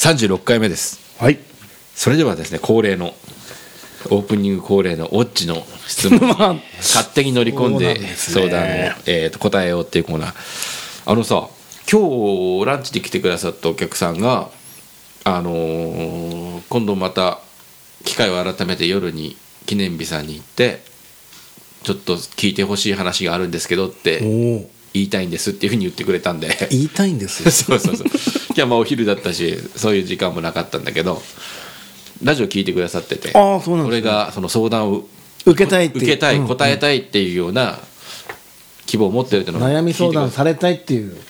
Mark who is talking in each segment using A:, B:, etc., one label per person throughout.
A: 36回目です
B: はい
A: それではですね恒例のオープニング恒例のオッチの質問
B: まあ
A: 勝手に乗り込ん
B: そうなん
A: で
B: ですね
A: 相談を、えーと答えようっていうコーナーあのさ今日ランチで来てくださったお客さんがあのー今度また機会を改めて夜に記念日さんに行ってちょっと聞いてほしい話があるんですけどっ
B: お
A: て
B: お
A: 言いたいんですっていうふうに言ってくれたんで
B: 言いたいんです
A: そうそうそう今日はまあお昼だったしそういう時間もなかったんだけどラジオ聞いてくださってて
B: ああそうなんで
A: 俺
B: すね
A: がその相談を
B: 受けたいっていう
A: 受けたい、
B: うん
A: 答えたいっていうような希望を持ってるっていうのを
C: 悩み相
A: 聞い
C: 談
A: て
C: されたいっていう
A: くれ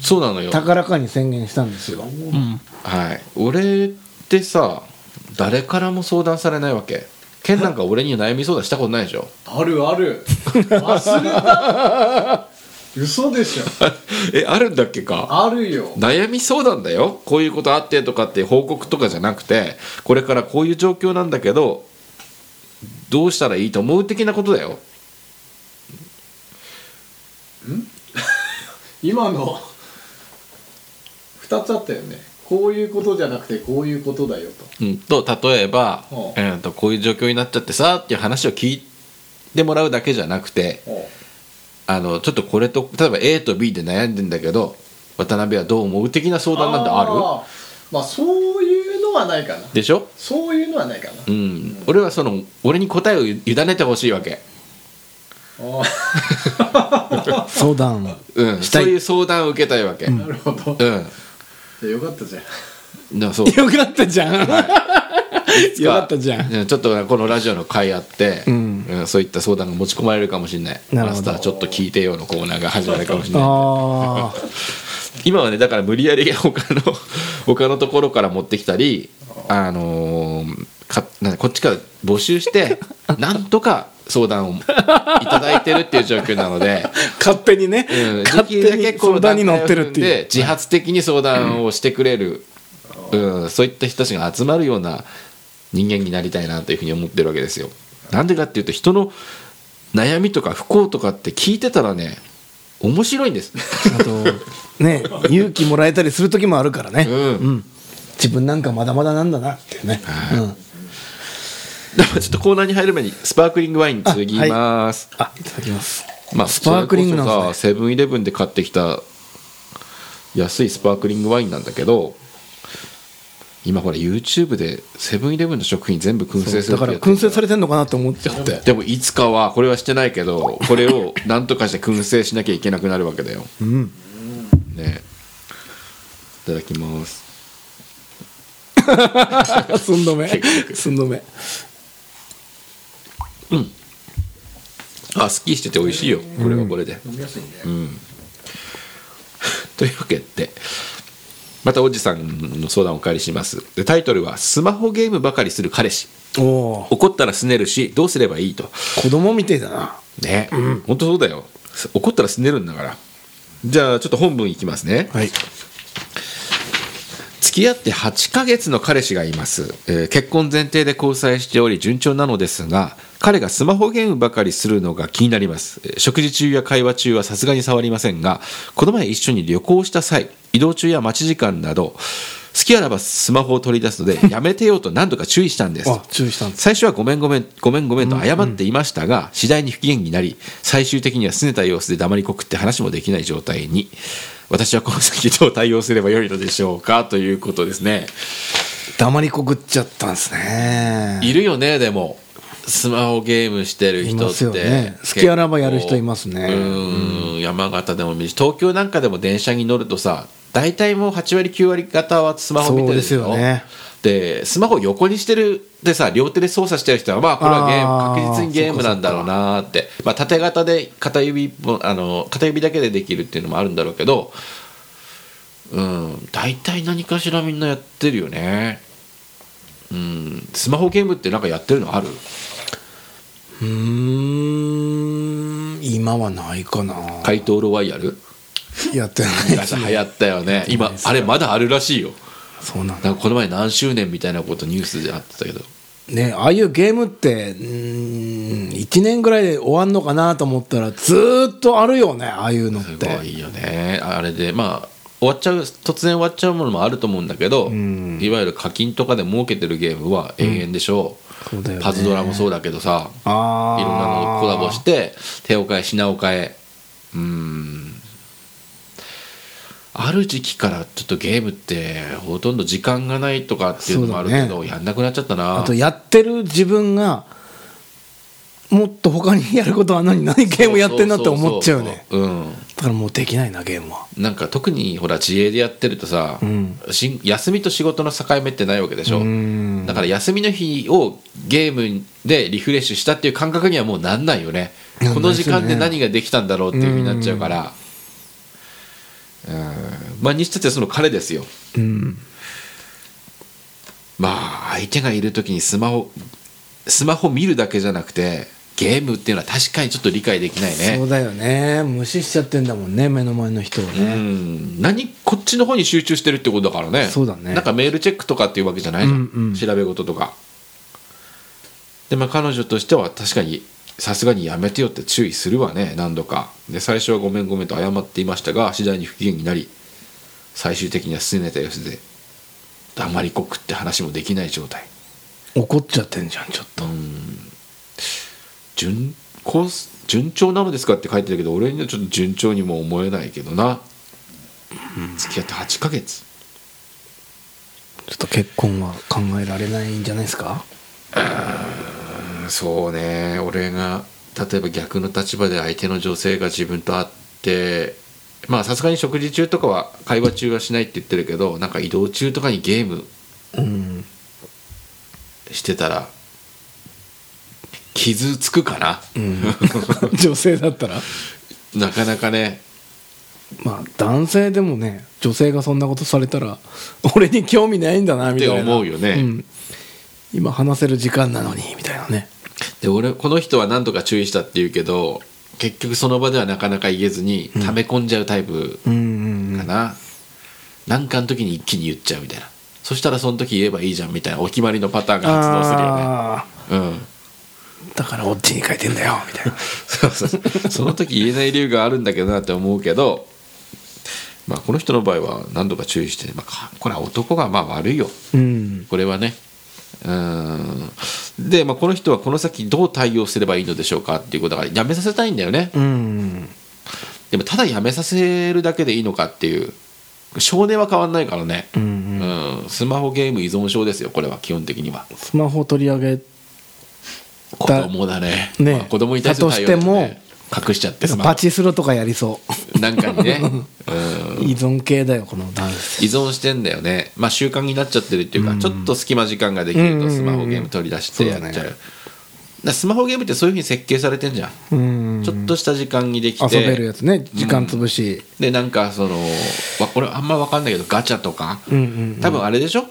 A: そうなのよ
C: 高らかに宣言したんですよ
A: はい俺ってさ誰からも相談されないわけケンなんか俺に悩み相談したことないでしょ
D: あるある忘れた嘘でしょ
A: えあるんだっけか
D: あるよ
A: 悩み相談だよこういうことあってとかって報告とかじゃなくてこれからこういう状況なんだけどどうしたらいいと思う的なことだよ
D: 今の2つあったよねこういうことじゃなくてこういうことだよと
A: うん、と例えば、
D: うん
A: えーとこういう状況になっちゃってさっていう話を聞いてもらうだけじゃなくてあのちょっとこれと例えば A と B で悩んでんだけど渡辺はどう思う的な相談なんてある
D: ーまあそういうのはないかな
A: でしょ、
D: そういうのはないかな
A: うん俺はその俺に答えを委ねてほしいわけ、
D: あ
C: 相談
A: うん、
C: した
A: そ
C: いう
A: いう相談を受けたいわけ、う
D: ー
A: ん
D: なるほどじゃあよかったじゃん
A: だからそう
C: よかったじゃん、よかったじゃん
A: うんちょっとこのラジオの回あって、
C: うん
A: うんそういった相談が持ち込まれるかもしれない
C: なる
A: マ
C: ほ
A: ス
C: ど
A: ターちょっと聞いてよのコーナーが始まるかもしれない
C: ああ
A: 今はねだから無理やり他の他のところから持ってきたりあのーかなこっちから募集して なんとか相談をいただいてるっていう状況なので、
C: 勝手にね、
A: うん、
C: 勝
A: できるだ
C: 手
A: け
C: に
A: こう
C: 相談に乗ってる
A: 段階を踏ん
C: ってい
A: で
C: う
A: 自発的に相談をしてくれる、うんそういった人たちが集まるような人間になりたいなというふうに思ってるわけですよ。なんでかっていうと人の悩みとか不幸とかって聞いてたらね面白いん です。
C: あとね勇気もらえたりする時もあるからね、
A: うん
C: 自分なんかまだまだなんだなっていうね、うん、
A: でもちょっとコーナーに入る前にスパークリングワイン継ぎます、
C: あいただきます
A: まあ
C: スパークリングなんですね
A: それこそさセブンイレブンで買ってきた安いスパークリングワインなんだけど今ほら YouTube でセブンイレブンの食品全部燻製する
C: だ
A: って
C: から
A: やってる
C: 燻製されてんのかなって思っち ゃって
A: でもいつかはこれはしてないけどこれ を何とかして燻製しなきゃいけなくなるわけだよ、
C: ん
A: ねいただきます
C: 寸止め 寸止め
A: あすっきりしてて美味しいよこれはこれで、
D: 飲みやすいね
A: というわけでまたおじさんの相談をお借りしますでタイトルは「スマホゲームばかりする彼氏
C: おおー
A: 怒ったらすねるしどうすればいいと
C: 子供みてえだな」
A: ね、本当そうだよ怒ったらすねるんだからじゃあちょっと本文いきますね
C: はい
A: 付き合って8ヶ月の彼氏がいます、えー結婚前提で交際しており順調なのですが彼がスマホゲームばかりするのが気になります、えー食事中や会話中はさすがに触りませんがこの前一緒に旅行した際移動中や待ち時間など好きあらばスマホを取り出すのでやめてよと何度か注意したんです
C: あ注意したんです
A: 最初はごめんごめんごめんごめんと謝っていましたが、次第に不機嫌になり最終的には拗ねた様子で黙りこくって話もできない状態に私はこの先どう対応すればよいのでしょうかということですね
C: 黙りこくっちゃったんですね
A: いるよねでもスマホゲームしてる人って
C: いますよね
A: 結構
C: 好きあらばやる人いますね
A: うん山形でも見るし東京なんかでも電車に乗るとさ大体もう8割9割方はスマホ見てるでしょ
C: そうですよね
A: でスマホを横にしてるでさ両手で操作してる人はまあこれはゲー
C: あ
A: ム
C: ー
A: 確実にゲームなんだろうなーってまあ、縦型で片指一本あの片指だけでできるっていうのもあるんだろうけどうん大体何かしらみんなやってるよねうんスマホゲームってなんかやってるのある
C: うーん今はないかな
A: 怪盗ロワイヤル
C: やってない
A: 昔流行ったよね今あれまだあるらしいよ
C: そうなんだ
A: なんかこの前何周年みたいなことニュースであってたけど
C: ねああいうゲームってうーん1年ぐらいで終わんのかなと思ったらずーっとあるよねああいうのっ
A: す
C: て
A: ごいよねあれでまあ終わっちゃう突然終わっちゃうものもあると思うんだけど、
C: ん
A: いわゆる課金とかで儲けてるゲームは永遠でしょう,、
C: そうだよね
A: パズドラもそうだけどさ
C: あー
A: いろんなのをコラボして手を変え品を変えうーんある時期からちょっとゲームってほとんど時間がないとかっていうのもあるけ
C: そう
A: ど、
C: だ
A: やんなくなっちゃったな
C: あとやってる自分がもっと他にやることは何何ゲームやってんなって思っちゃうね
A: そそそうん
C: だからもうできないなゲームは
A: なんか特にほら自営でやってるとさ、
C: ん
A: し休みと仕事の境目ってないわけでしょ、
C: ん
A: だから休みの日をゲームでリフレッシュしたっていう感覚にはもうなんないよね
C: なんない
A: この時間
C: です
A: で
C: よね
A: 何ができたんだろうっていうふうになっちゃうからうんまあにしたってその彼ですよ
C: うん
A: まあ相手がいる時にスマホスマホ見るだけじゃなくてゲームっていうのは確かにちょっと理解できないね
C: そうだよね無視しちゃってんだもんね目の前の人を
A: う
C: ね
A: ん何こっちの方に集中してるってことだからね
C: そうだね
A: なんかメールチェックとかっていうわけじゃないじゃん、
C: うんうん
A: 調べ事とかでまあ彼女としては確かにさすがにやめてよって注意するわね何度かで最初はごめんごめんと謝っていましたが次第に不機嫌になり最終的には拗ねた様子で黙りこくって話もできない状態
C: 怒っちゃってんじゃんちょっと
A: 順こう順調なのですかって書いてるけど俺にはちょっと順調にも思えないけどな、付き合って8ヶ月
C: ちょっと結婚は考えられないんじゃないですか
A: そうね俺が例えば逆の立場で相手の女性が自分と会ってまあさすがに食事中とかは会話中はしないって言ってるけどなんか移動中とかにゲーム
C: うん
A: してたら傷つくかな、
C: うん 女性だったら
A: なかなかね
C: まあ男性でもね女性がそんなことされたら俺に興味ないんだなみたいな
A: って思うよね
C: ん今話せる時間なのにみたいなね
A: で俺この人は何とか注意したって言うけど結局その場ではなかなか言えずに溜め込んじゃうタイプ
C: うんうん
A: かな、なんかの時に一気に言っちゃうみたいなそしたらその時言えばいいじゃんみたいなお決まりのパターンが発動するよね
C: あ
A: うん、
C: ーだからオッチに書いてんだよみたいな
A: そうそうその時言えない理由があるんだけどなって思うけど、まあ、この人の場合は何度か注意して、まあか、これは男がまあ悪いよ
C: うん
A: これはねうんで、まあ、この人はこの先どう対応すればいいのでしょうかっていうことだからやめさせたいんだよね
C: うん
A: でもただやめさせるだけでいいのかっていう少年は変わんないからね、
C: うんう
A: うんん、スマホゲーム依存症ですよこれは基本的には
C: スマホ取り上げ
A: 子供だね
C: ね
A: まあ子供に対する対応だよ
C: だと
A: ね隠しちゃってスマホ
C: パチスロとかやりそ
A: なんかに ね、うん
C: う依存系だよこの男性
A: 依存してんだよね、まあ、習慣になっちゃってるっていうか、ちょっと隙間時間ができ
C: うん
A: る
C: うんう
A: と
C: ん
A: スマホゲーム取り出してやっちゃう,、
C: そうだね
A: スマホゲームってそういうふうに設計されてんじゃん、
C: うん
A: ちょっとした時間にできて
C: 遊べるやつね時間潰し
A: でなんかそのわ俺あんま分かんないけどガチャとか、
C: うんうん
A: 多分あれでしょん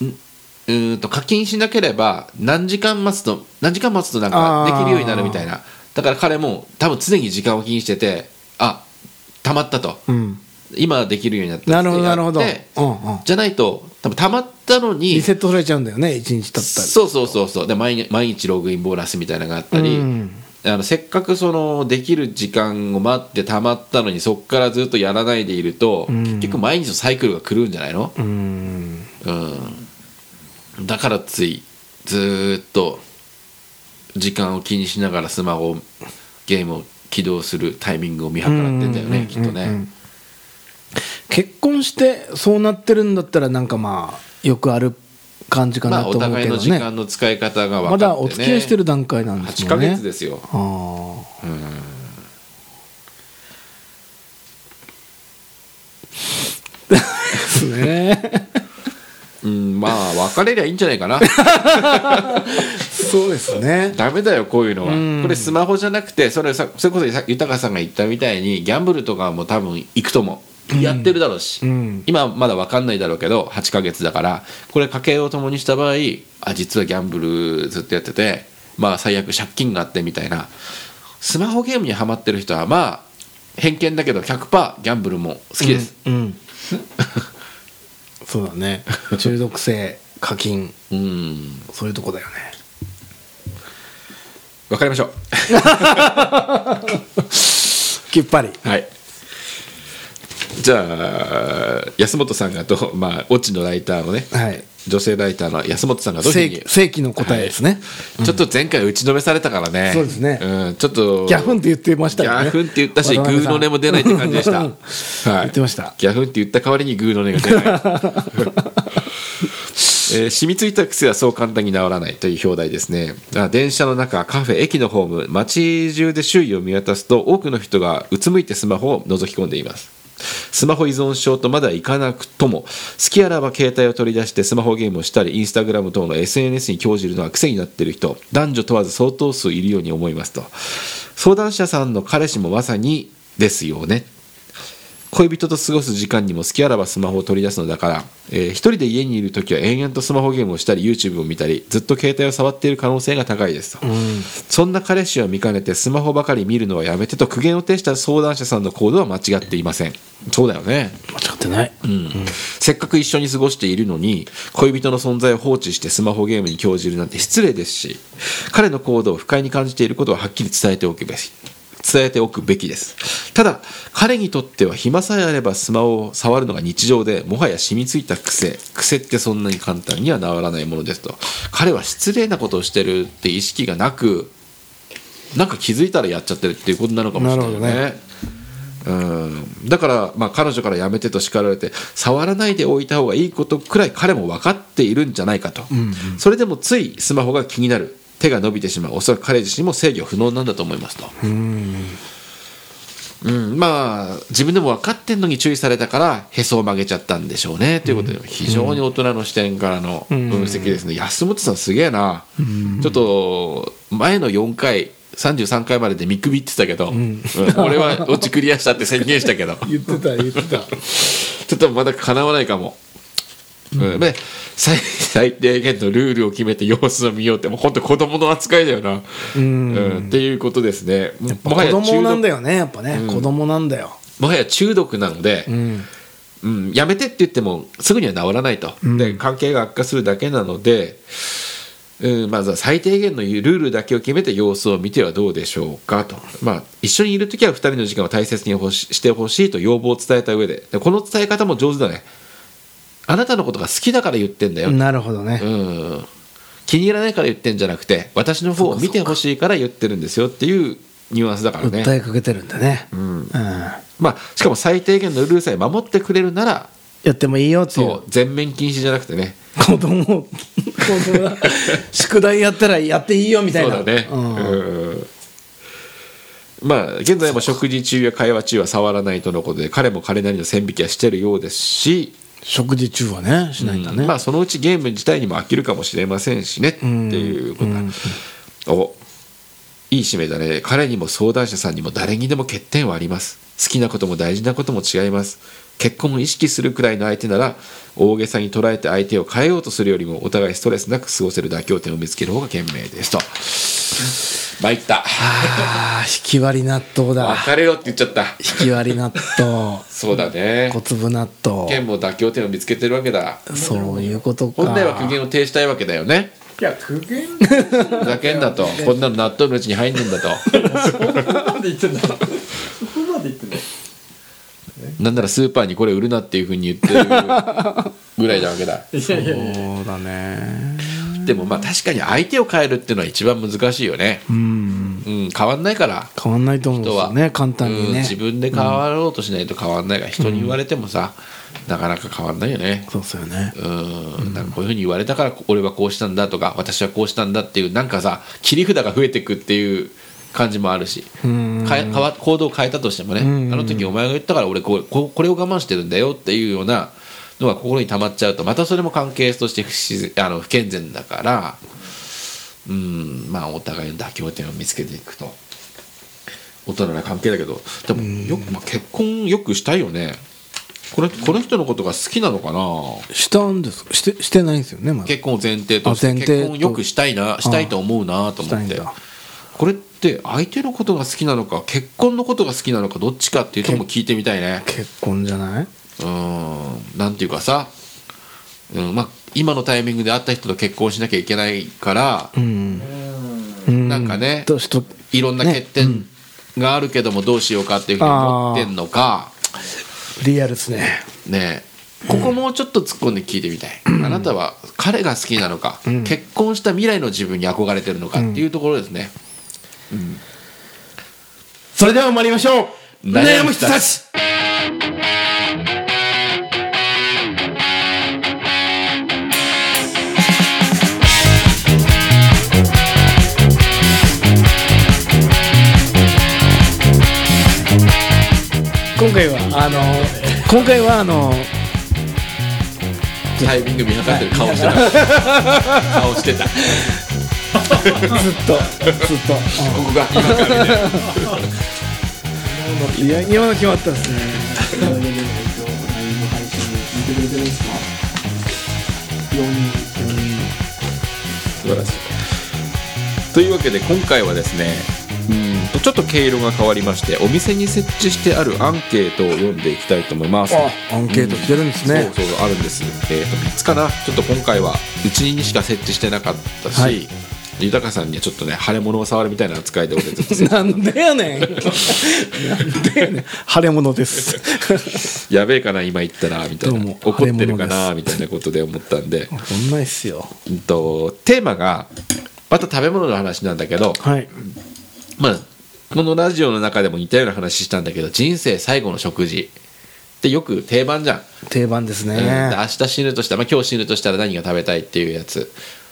A: うーんと課金しなければ何時間待つと何時間待つとなんかできるようになるみたいなだから彼も多分常に時間を気にしててあたまったと
C: うん
A: 今できるようになった
C: なるほど
A: や
C: な
A: って
C: るほどうんうん
A: じゃないと多分たまったのに
C: リセットされちゃうんだよね一日経ったら
A: そうそうそうそうで毎日毎日ログインボーナスみたいなのがあったり、
C: うん
A: あのせっかくそのできる時間を待ってたまったのにそこからずっとやらないでいると、
C: ん
A: 結局毎日のサイクルが狂うんじゃないの、
C: うん
A: うん、だからついずーっと時間を気にしながらスマホゲームを起動するタイミングを見計らってんだよね、
C: うん
A: きっとね。
C: 結婚してそうなってるんだったらなんかまあよくある感じか
A: ま
C: な
A: あ、お
C: と思う
A: 互い
C: けど
A: の
C: ね
A: 時間の使い方が分かって、ね、
C: まだお付き合いしてる段階なんです
A: 8ヶ
C: もんね
A: 月ですよ、
C: ああ です ね
A: うん、まあ別れりゃいいんじゃない かな
C: そうですね
A: ダメだよこういうの
C: うん
A: はこれスマホじゃなくてそれさそれこそさ豊さんが言ったみたいにギャンブルとかも多分行くともやってるだろうし、
C: うん
A: 今まだ分かんないだろうけど8ヶ月だからこれ家計を共にした場合あ実はギャンブルずっとやっててまあ最悪借金があってみたいなスマホゲームにはまってる人はまあ偏見だけど100%ギャンブルも好きです、
C: うん、うん、そうだね中毒性課金
A: うん
C: そういうとこだよね
A: 分かりましょう
C: きっぱり
A: はい。じゃあ安本さんがと、まあ、オチのライターのね、
C: はい
A: 女性ライターの安本さんがどういうふうに
C: 正正規の答えですね、
A: ちょっと前回打ちのめされたからね。
C: そうですね
A: うん、ちょっと。
C: ギャフンって言ってましたよね
A: ギャフンって言ったし、グ
C: 渡辺
A: ー
C: さん
A: の音も出ないって感じでした。はい。
C: 言ってました
A: ギャフンって言った代わりにグーの音が 出ない。えー染みついた癖はそう簡単に治らないという表題ですねあ電車の中カフェ駅のホーム街中で周囲を見渡すと多くの人がうつむいてスマホを覗き込んでいますスマホ依存症とまだいかなくとも好きあらば携帯を取り出してスマホゲームをしたりインスタグラム等の SNS に興じるのは癖になっている人男女問わず相当数いるように思いますと相談者さんの彼氏もまさにですよね恋人と過ごす時間にも好きあらばスマホを取り出すのだから、えー一人で家にいる時は延々とスマホゲームをしたり YouTube を見たりずっと携帯を触っている可能性が高いですと、そんな彼氏を見かねてスマホばかり見るのはやめてと苦言を呈した相談者さんの行動は間違っていませんそうだよね
C: 間違ってない、
A: せっかく一緒に過ごしているのに恋人の存在を放置してスマホゲームに興じるなんて失礼ですし彼の行動を不快に感じていることははっきり伝えておくべき伝えておくべきですただ彼にとっては暇さえあればスマホを触るのが日常でもはや染みついた癖癖ってそんなに簡単には治らないものですと彼は失礼なことをしてるって意識がなくなんか気づいたらやっちゃってるっていうことなのかもしれないよ
C: なるほど
A: ねうん、だから、まあ、彼女からやめてと叱られて触らないでおいた方がいいことくらい彼も分かっているんじゃないかと、それでもついスマホが気になる手が伸びてしまうおそらく彼自身も制御不能なんだと思いますと、うん、まあ自分でも分かってんのに注意されたからへそを曲げちゃったんでしょうねということで非常に大人の視点からの分析ですね、安本さんすげえな、ちょっと前の4回33回までで見くびってたけど、うん俺はオチクリアしたって宣言したけど
C: 言ってた言ってた
A: ちょっとまだかなわないかも。うんで最最低限のルールを決めて様子を見ようってもう本当子供の扱いだよな、
C: うん
A: うんっていうことですね もは
C: 子
A: や中
C: 供な
A: 毒
C: んだよねやっぱね、子供なんだよ、
A: もはや中毒なので、
C: うん、
A: うん、やめてって言ってもすぐには治らないと、
C: ん
A: で関係が悪化するだけなので、うん、まずは最低限のルールだけを決めて様子を見てはどうでしょうかと、まあ、一緒にいる時は2人の時間を大切にほししてほしいと要望を伝えた上ででこの伝え方も上手だねあなたのことが好きだから言ってんだよ、
C: なるほどね、
A: うん、気に入らないから言ってんじゃなくて私の方を見てほしいから言ってるんですよっていうニュアンスだからね
C: 訴えかけてるんだね、うん
A: まあ、しかも最低限のルールさえ守ってくれるなら
C: やってもいいよってい
A: そうう全面禁止じゃなくてね
C: 子供 を子供が宿題やったらやっていいよみたいな
A: そうだね、
C: うん
A: うんまあ現在も食事中や会話中は触らないとのことで彼も彼なりの線引きはしてるようですし、
C: 食事中はねしないんだね、
A: まあそのうちゲーム自体にも飽きるかもしれませんしねって
C: うん
A: いうことだ、おいい締めだね彼にも相談者さんにも誰にでも欠点はあります好きなことも大事なことも違います結婚を意識するくらいの相手なら大げさに捉えて相手を変えようとするよりもお互いストレスなく過ごせる妥協点を見つける方が賢明ですと参った
C: ああ引き割り納豆だ
A: 別れろって言っちゃった
C: 引き割り納 豆
A: そうだね
C: 小粒納
A: 賢
C: 豆
A: も妥協点を見つけてるわけだ
C: そういうことか
A: 本来は苦言を呈したいわけだよね
D: いや苦言
A: ふざけんなとこんなの納豆のうちに入んねんだと
D: そこまで言ってないそこまで言ってない
A: なんならスーパーにこれ売るなっていうふうに言ってるぐらいなわけ だ
D: いやいやいや
C: そうだね
A: でもまあ確かに相手を変えるっていうのは一番難しいよね
C: うん
A: うん変わんないから
C: 変わんないと思うんで
A: 人
C: す
A: は
C: よね簡単に
A: うん
C: ね
A: 自分で変わろうとしないと変わんないから人に言われてもさなかなか変わんないよね
C: そうですよね
A: うんなんかこういうふうに言われたから俺はこうしたんだとか私はこうしたんだっていうなんかさ切り札が増えていくっていう感じもあるし
C: うん
A: 変え変わ行動を変えたとしてもね
C: ん
A: あの時お前が言ったから俺こうこうこれを我慢してるんだよっていうようなのが心に溜まっちゃうとまたそれも関係として不自然あの不健全だからうんまあお互いの妥協点を見つけていくと大人な関係だけどでもよく、まあ、結婚よくしたいよねこれこの人のことが好きなのかな
C: したんですかしてしてないんですよねまだ
A: 結婚を前提として
C: あ前提と
A: 結婚をよくしたいなしたいと思うなと思
C: し
A: った
C: い
A: て
C: んだ
A: これって相手のことが好きなのか結婚のことが好きなのかどっちかっていうとこも聞いてみたいね
C: 結婚じゃないう
A: ーんなんていうかさ、うんまあ、今のタイミングで会った人と結婚しなきゃいけないから
C: うん
A: なんかね
C: どうしと
A: いろんな欠点があるけどもどうしようかっていうふうに思ってんのか、
C: リアルですね
A: ねえここもうちょっと突っ込んで聞いてみたい、あなたは彼が好きなのか、結婚した未来の自分に憧れてるのかっていうところですね、
C: それでは参りましょう
A: 悩
C: 悩
A: む
C: む
A: 人
C: 人
A: た
C: た
A: ち
C: ち今回はあの今回はあの
A: タイミング見計ってる顔してた、 顔してた
C: ずっとずっと、
A: ここが今からね
C: うんいや今の決まったですね
D: というわけでえっとライブ配信見てくれてるんですか4人4人
A: 素晴らしいというわけで今回はですねうんとちょっと毛色が変わりましてお店に設置してあるアンケートを読んでいきたいと思います
C: あアンケート来てるんですね、
A: そうそうあるんです、えー、と3つかなちょっと今回はうちにしか設置してなかったし、
C: はい
A: 豊さんにはちょっとね腫れ物を触るみたいな扱いで俺ずっと
C: なんでやねんなんでやねん腫れ物です
A: やべえかな今言ったらみたい
C: どう
A: な
C: も
A: 怒ってるか
C: 腫
A: な
C: れ
A: みたいなことで思ったんで、
C: そんないっすよ
A: うんと、テーマがまた食べ物の話なんだけど、
C: はい
A: まあ、このラジオの中でも似たような話したんだけど人生最後の食事ってよく定番じゃん、
C: 定番ですね、
A: うんで明日死ぬとしたら、まあ、今日死ぬとしたら何が食べたいっていうやつ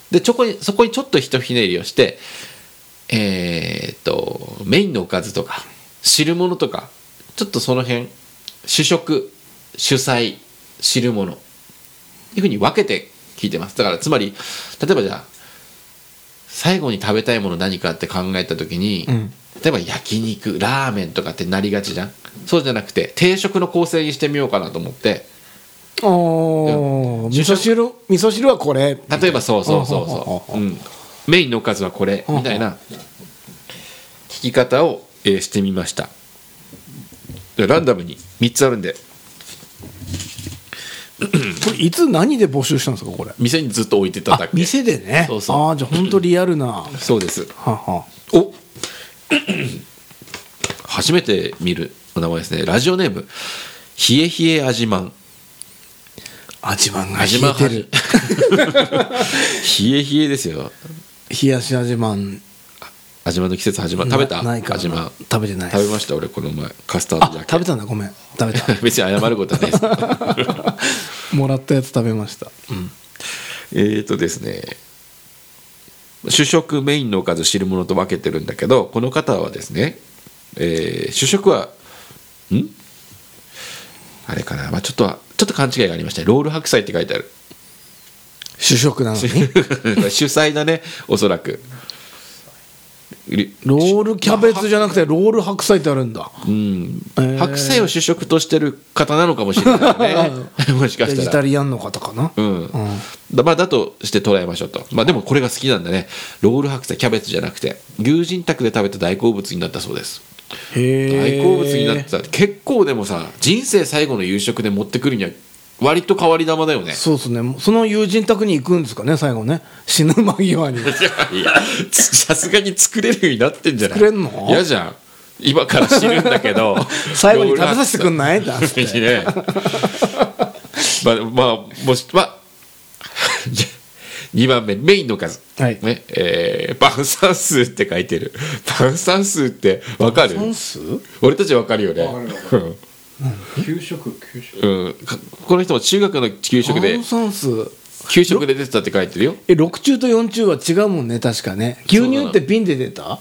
A: でちょこにそこにちょっとひとひねりをしてえーっとメインのおかずとか汁物とかちょっとその辺主食主菜汁物っていうふうに分けて聞いてますだからつまり例えばじゃあ最後に食べたいもの何かって考えた時に、
C: うん
A: 例えば焼肉ラーメンとかってなりがちじゃんそうじゃなくて定食の構成にしてみようかなと思って
C: おー味噌汁味噌汁はこれ
A: 例えばそうそうそう
C: ほうほうほ
A: そうう、う
C: ほ
A: ん、メインのおかずはこれ
C: うほう
A: みたいな聞き方を、えーしてみましたでランダムに3つあるんで
C: これいつ何で募集したんですかこれ
A: 店にずっと置いてただ
C: あ
A: け
C: 店でね
A: そうそう
C: ああじゃあ本当リアルなは
A: そうです
C: あは
A: お 初めて見るお名前ですねラジオネーム冷え冷え味まん
C: あ味まんが
A: 味
C: 冷
A: まん
C: えてる
A: 冷え冷えですよ
C: 冷やし味まん
A: 味まんの季節始まる食べた
C: なないかな
A: 味まん
C: 食べてない
A: 食べました俺この前カスタード
C: あ
A: だけ
C: 食べたんだごめん 食べた
A: 別に謝ることはないです
C: もらったやつ食べました
A: えーとですね主食メインのおかず汁物と分けてるんだけどこの方はですね、えー主食はんあれかな、まあ、ちょっとはちょっと勘違いがありましたねロール白菜って書いてある
C: 主食なのに
A: 主菜だねおそらくり
C: ロールキャベツじゃなくてロール白菜ってあるんだ
A: うん
C: えー
A: 白菜を主食としてる方なのかもしれないね もしか
C: ベ
A: し
C: ジ
A: た
C: タ
A: ら
C: リアンの方かな
A: うんだまあ、だとして捉えましょうと、まあ、でもこれが好きなんだねロール白菜キャベツじゃなくて牛人宅で食べた大好物になったそうです大
C: へえ
A: 好物になってた結構でもさ人生最後の夕食で持ってくるには割と変わり玉だよね
C: そうですねその友人宅に行くんですかね最後ね死ぬ間際 に
A: いやつさすがに作れるようになってんじゃない
C: 作れんの
A: 嫌じゃん今から死ぬんだけど
C: 最後に食べさせてくんないだって
A: 別にね まあまあもしまあ 2番目メインの数、
C: はい
A: ねえー晩餐数って書いてる晩餐数ってわかる
C: 本数
A: 俺たちわかるよね
D: わかるわ給食給食
A: うん、うんかこの人も中学の給食で
C: 炭酸数
A: 給食で出てたって書いてるよ
C: え6中と4中は違うもんね確かね牛乳って瓶で出た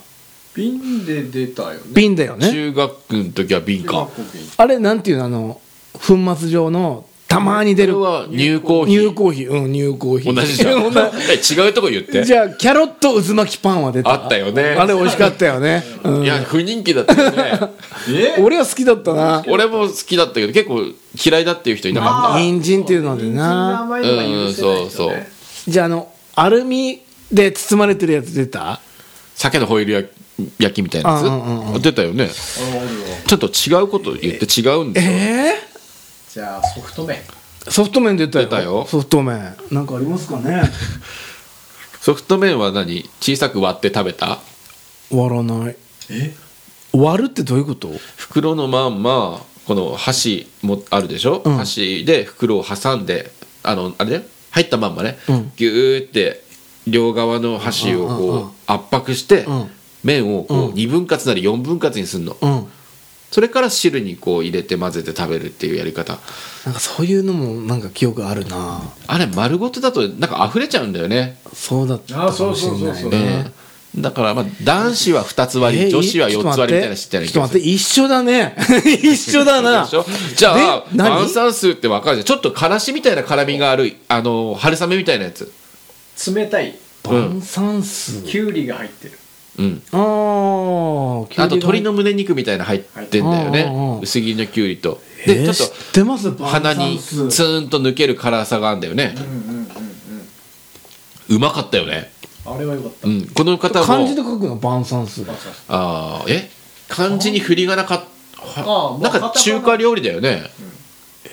D: 瓶で出たよね
C: 瓶だよね
A: 中学の時は瓶か
D: 中学校瓶
C: あれなんていうのあの粉末状のたまに出る
A: これは入校費
C: 乳コーヒーうん乳コーヒー
A: 同じじゃん
C: 同じ
A: え違うとこ言って
C: じゃあキャロット渦巻きパンは出た
A: あったよね
C: あれ美味しかったよね、うん
A: いや不人気だったよね
D: え
C: 俺は好きだったな
A: 俺も好きだったけど結構嫌いだっていう人いなかった
D: あ
C: 人参っていうので
D: 人参の
C: な
D: 甘いのが許せないですよね
A: うんそうそう
C: じゃああのアルミで包まれてるやつ出た
A: 鮭のホイル焼き焼きみたいなやつ、
C: うんうん
A: 出たよ
D: あ
A: ね
D: あるわ
A: ちょっと違うこと言って違うん
C: え
A: だよ、
C: え
D: じゃあソフト麺
C: ソフト麺出たよ
A: 出たよ
C: ソフト麺なんかありますかね
A: ソフト麺は何小さく割って食べた
C: 割らない
D: え
C: 割るってどういうこと
A: 袋のまんまこの箸もあるでしょ、
C: うん
A: 箸で袋を挟んであのあれね入ったまんまね、
C: うん
A: ぎゅーって両側の箸を
C: うんうんう
A: こ
C: ん
A: う圧迫して、
C: うん
A: 麺をこ
C: う
A: うん2分割なり4分割にするの、
C: うん
A: それから汁にこう入れて混ぜて食べるっていうやり方
C: なんかそういうのもなんか記憶あるな
A: あれ丸ごとだとなんか溢れちゃうんだよね
C: そうだったかもしれ
D: あそうそう
C: な
D: そ
C: い
D: そう
C: うね
A: ねだからまあ男子は2つ割り、
C: えー
A: 女子は4つ割りみたいな知って
C: ちょ
A: る
C: っと待って一緒だね一緒だな
A: そうでし ょじゃあ
C: で何
A: 炭酸数って分かるじゃんちょっとからしみたいな辛みがあるあの春雨みたいなやつ
D: 冷たい
C: 炭酸数
D: きゅうりが入ってる
A: うん
C: あー
A: あと鶏の胸肉みたいなの入ってんだよ
C: はいうんう
A: ね
C: んうん
A: 薄切りのきゅうりと
C: え
A: で
C: ー
A: ちょっ
C: 知ってます
A: と鼻にツ
D: 炭酸
A: ーンと抜ける辛さがあるんだよね
D: うんうんうんうん
A: うまかったよね
D: あれはよかった
A: うんこの方も
C: 漢字で書くの晩餐数
D: あそうそう
A: ああえ漢字に振りがなかった
D: あ
A: は
D: ー
A: なんか中華料理だよね、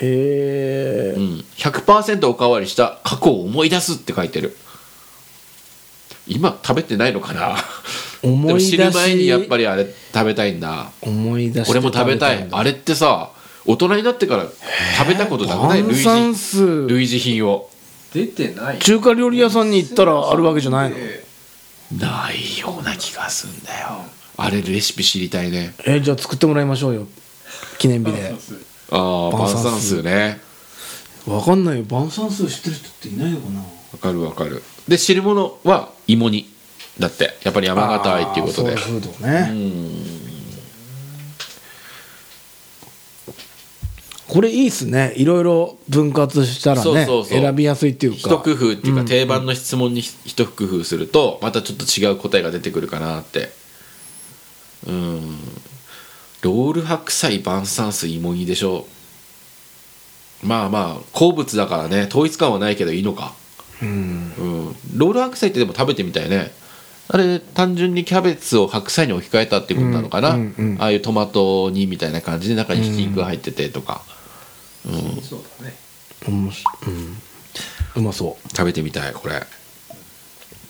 C: へえ
A: うん、100%おかわりした過去を思い出すって書いてる今食べてないのかなで
C: 思
A: も
C: い
A: 知
C: 出
A: る前にやっぱ
C: し
A: りあれ食べたいんだ
C: 思い出して
A: 俺も食べたい
C: んだ
A: あれってさ大人になってから食べたことなくない
C: 炭
A: 類
C: 酸
A: 似
C: 数
A: 類似品を
D: 出てない
C: 中華料理屋さんに行ったらあるわけじゃないの
D: え
A: ないような気がすんだよあれレシピ知りたいね
C: えじゃあ作ってもらいましょうよ記念
D: え
C: 日で
D: 炭酸水
A: ああ
C: 炭
A: 炭
C: 酸
A: 酸数ね
C: わかんないよ晩餐数知ってる人っていないのかな
A: わかるわかるで汁物は芋煮だってやっぱり山形愛っていうことで
C: あーソウルフードね、これいいっすねいろいろ分割したらね
A: そうそうそう
C: 選びやすいっていうか
A: 一工夫っていうか定番の質問にひ一工夫するとまたちょっと違う答えが出てくるかなってうんロール白菜晩餐酢芋煮でしょまあまあ好物だからね統一感はないけどいいのか
C: うん
A: うんロール白菜ってでも食べてみたいねあれ単純にキャベツを白菜に置き換えたってことなのかな、
C: うんうんうん
A: ああいうトマト煮みたいな感じで中にひき肉が入っててとか、
D: そうだね
C: おもしうんうまそう
A: 食べてみたいこれ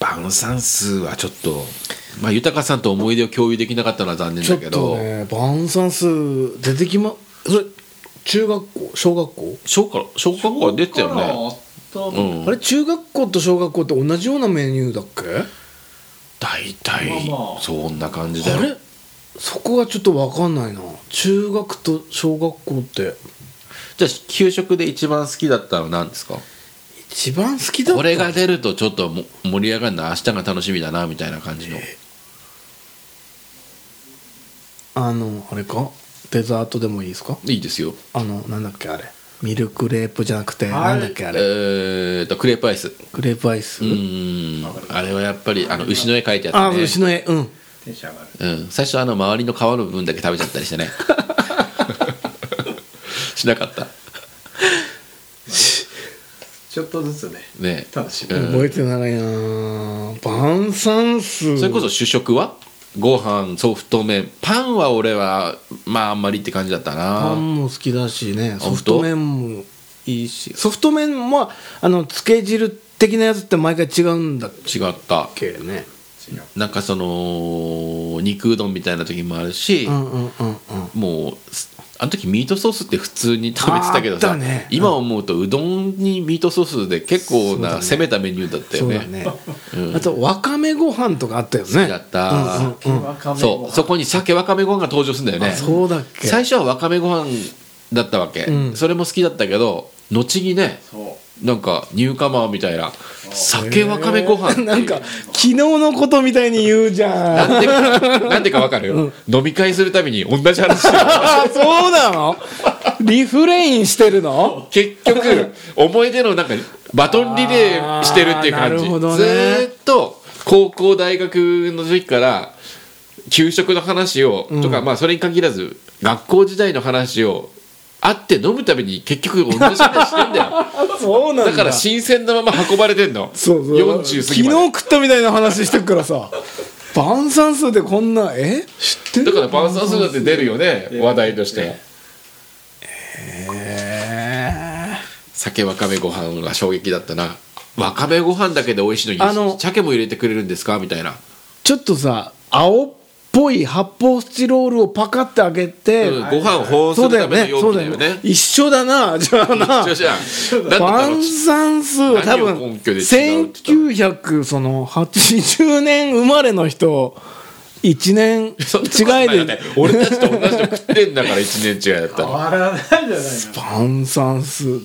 A: 晩餐数はちょっとまあ豊さんと思い出を共有できなかったのは残念
C: ちょ
A: だ
C: っ
A: け
C: と
A: ど、
C: ね晩餐数出てきまそれ中学校小学校、
A: 小から小学校は出てたよね
D: そっか
A: う
D: あ
A: ん
C: あれ中学校と小学校って同じようなメニューだっけ
A: 大体
D: まあまあ
A: そんな感じだ
C: あれ
A: よ
C: そこがちょっとわかんないな中学と小学校って
A: じゃあ給食で一番好きだったのは何ですか
C: 一番好きだった
A: これが出るとちょっとも盛り上がるな明日が楽しみだなみたいな感じの
C: あのあれかデザートでもいいですか
A: いいですよ
C: あのなんだっけあれミルクレープじゃなくて
D: はい
C: なんだっけあれ
A: えーっとクレープアイスう
C: クレープアイス、
A: ーんあれはやっぱりあの牛の絵描いてあ
C: あ
A: ったね
C: 牛の絵うん
D: テンション上がる
A: うん、最初あの周りの皮の部分だけ食べちゃったり してねしなかった
D: ちょっとずつね
A: ね
D: 楽し
A: う
D: む
A: ん
C: 覚えてないなぁ晩餐数
A: それこそ主食はご飯ソフト麺パンは俺はまああんまりって感じだった
C: パ
A: な
C: ンも好きだしね
A: 当
C: ソフト麺もいいしソフト麺もあのつけ汁的なやつって毎回違うんだっ
A: 違った
C: けね
D: 違う
A: なんかその肉うどんみたいな時もあるし、
C: うんうんうんうん
A: もうあの時ミートソースって普通に食べてたけど
C: ああ
A: さ、
C: ったね
A: 今思うとうどんにミートソースで結構
C: そうだ
A: な
C: ね
A: 攻めたメニューだったよ
C: そう
A: ね
C: だね、あとわかめご飯とかあったよね
A: 好きだった
C: うんうんうん
D: わかめご
A: そ
D: 飯
A: うそこに鮭わかめご飯が登場するんだよね
C: あそうだっけ
A: 最初はわかめご飯だったわけ、
C: うん
A: それも好きだったけど後にね
D: そう
A: なんかニューカマーみたいな酒わかめご飯っていう
C: なんか昨日のことみたいに言うじゃ ん
A: なんでかなんでかわかるよ、飲み会するたびに同じ話してる
C: あそうなのリフレインしてるの
A: 結 局思い出のなんかバトンリレーしてるっていう感
C: あーな
A: じ、
C: るほどね
A: ずーっと高校大学の時から給食の話を、とかまあそれに限らず学校時代の話を会って飲むたびに結局同じ話して んだよ
C: そうなんだ
A: だから新鮮なまま運ばれてんの
C: そうそう
A: 40過ぎまで
C: 昨日食ったみたいな話してるからさ 晩餐数でこんなえ知ってる
A: だから晩餐数だって出るよ ね話題として
C: へ
A: 酒わかめご飯が衝撃だったなわかめご飯だけで美味しいのに
C: あの
A: 鮭も入れてくれるんですかみたいな
C: ーちょっとさ青っぽい発泡スチロールをパカって開けて、
A: うんご飯を保温す
C: そう
A: る
C: だ
A: た
C: よ
A: めの
C: ね
A: 容
C: そう
A: 器
C: だ
A: だよ
C: よ
A: ね
C: ね。一緒だなじゃあな
A: 一緒じゃんだってあの
C: 晩餐数は多
A: 何を
C: 分
A: 根拠で違うって
C: 1980年生まれの人1年違い
A: そんなことないよね
C: で
A: 俺たちと同じの食ってんだから1年違いだった
D: 変
A: ら
D: わらないんじゃないの
C: 晩餐数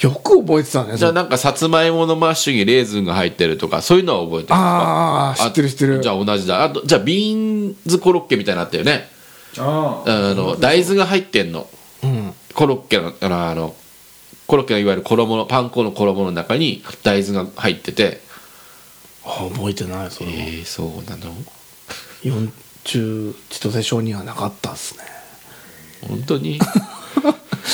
C: よく覚えてたね
A: じゃあなんかさつまいものマッシュにレーズンが入ってるとかそういうのは覚えてる
C: ああ知ってる知ってる
A: じゃあ同じだあとじゃあビーンズコロッケみたいなのあったよね
D: ああ
A: あの大豆が入ってんの
C: うん
A: コロッケのあのあのコロッケのいわゆる衣のパン粉の衣の中に大豆が入ってて
C: あ覚えてないそれ
A: え
C: も、
A: ー、そうなの
C: 四中千歳小にはなかったっすね
A: 本当に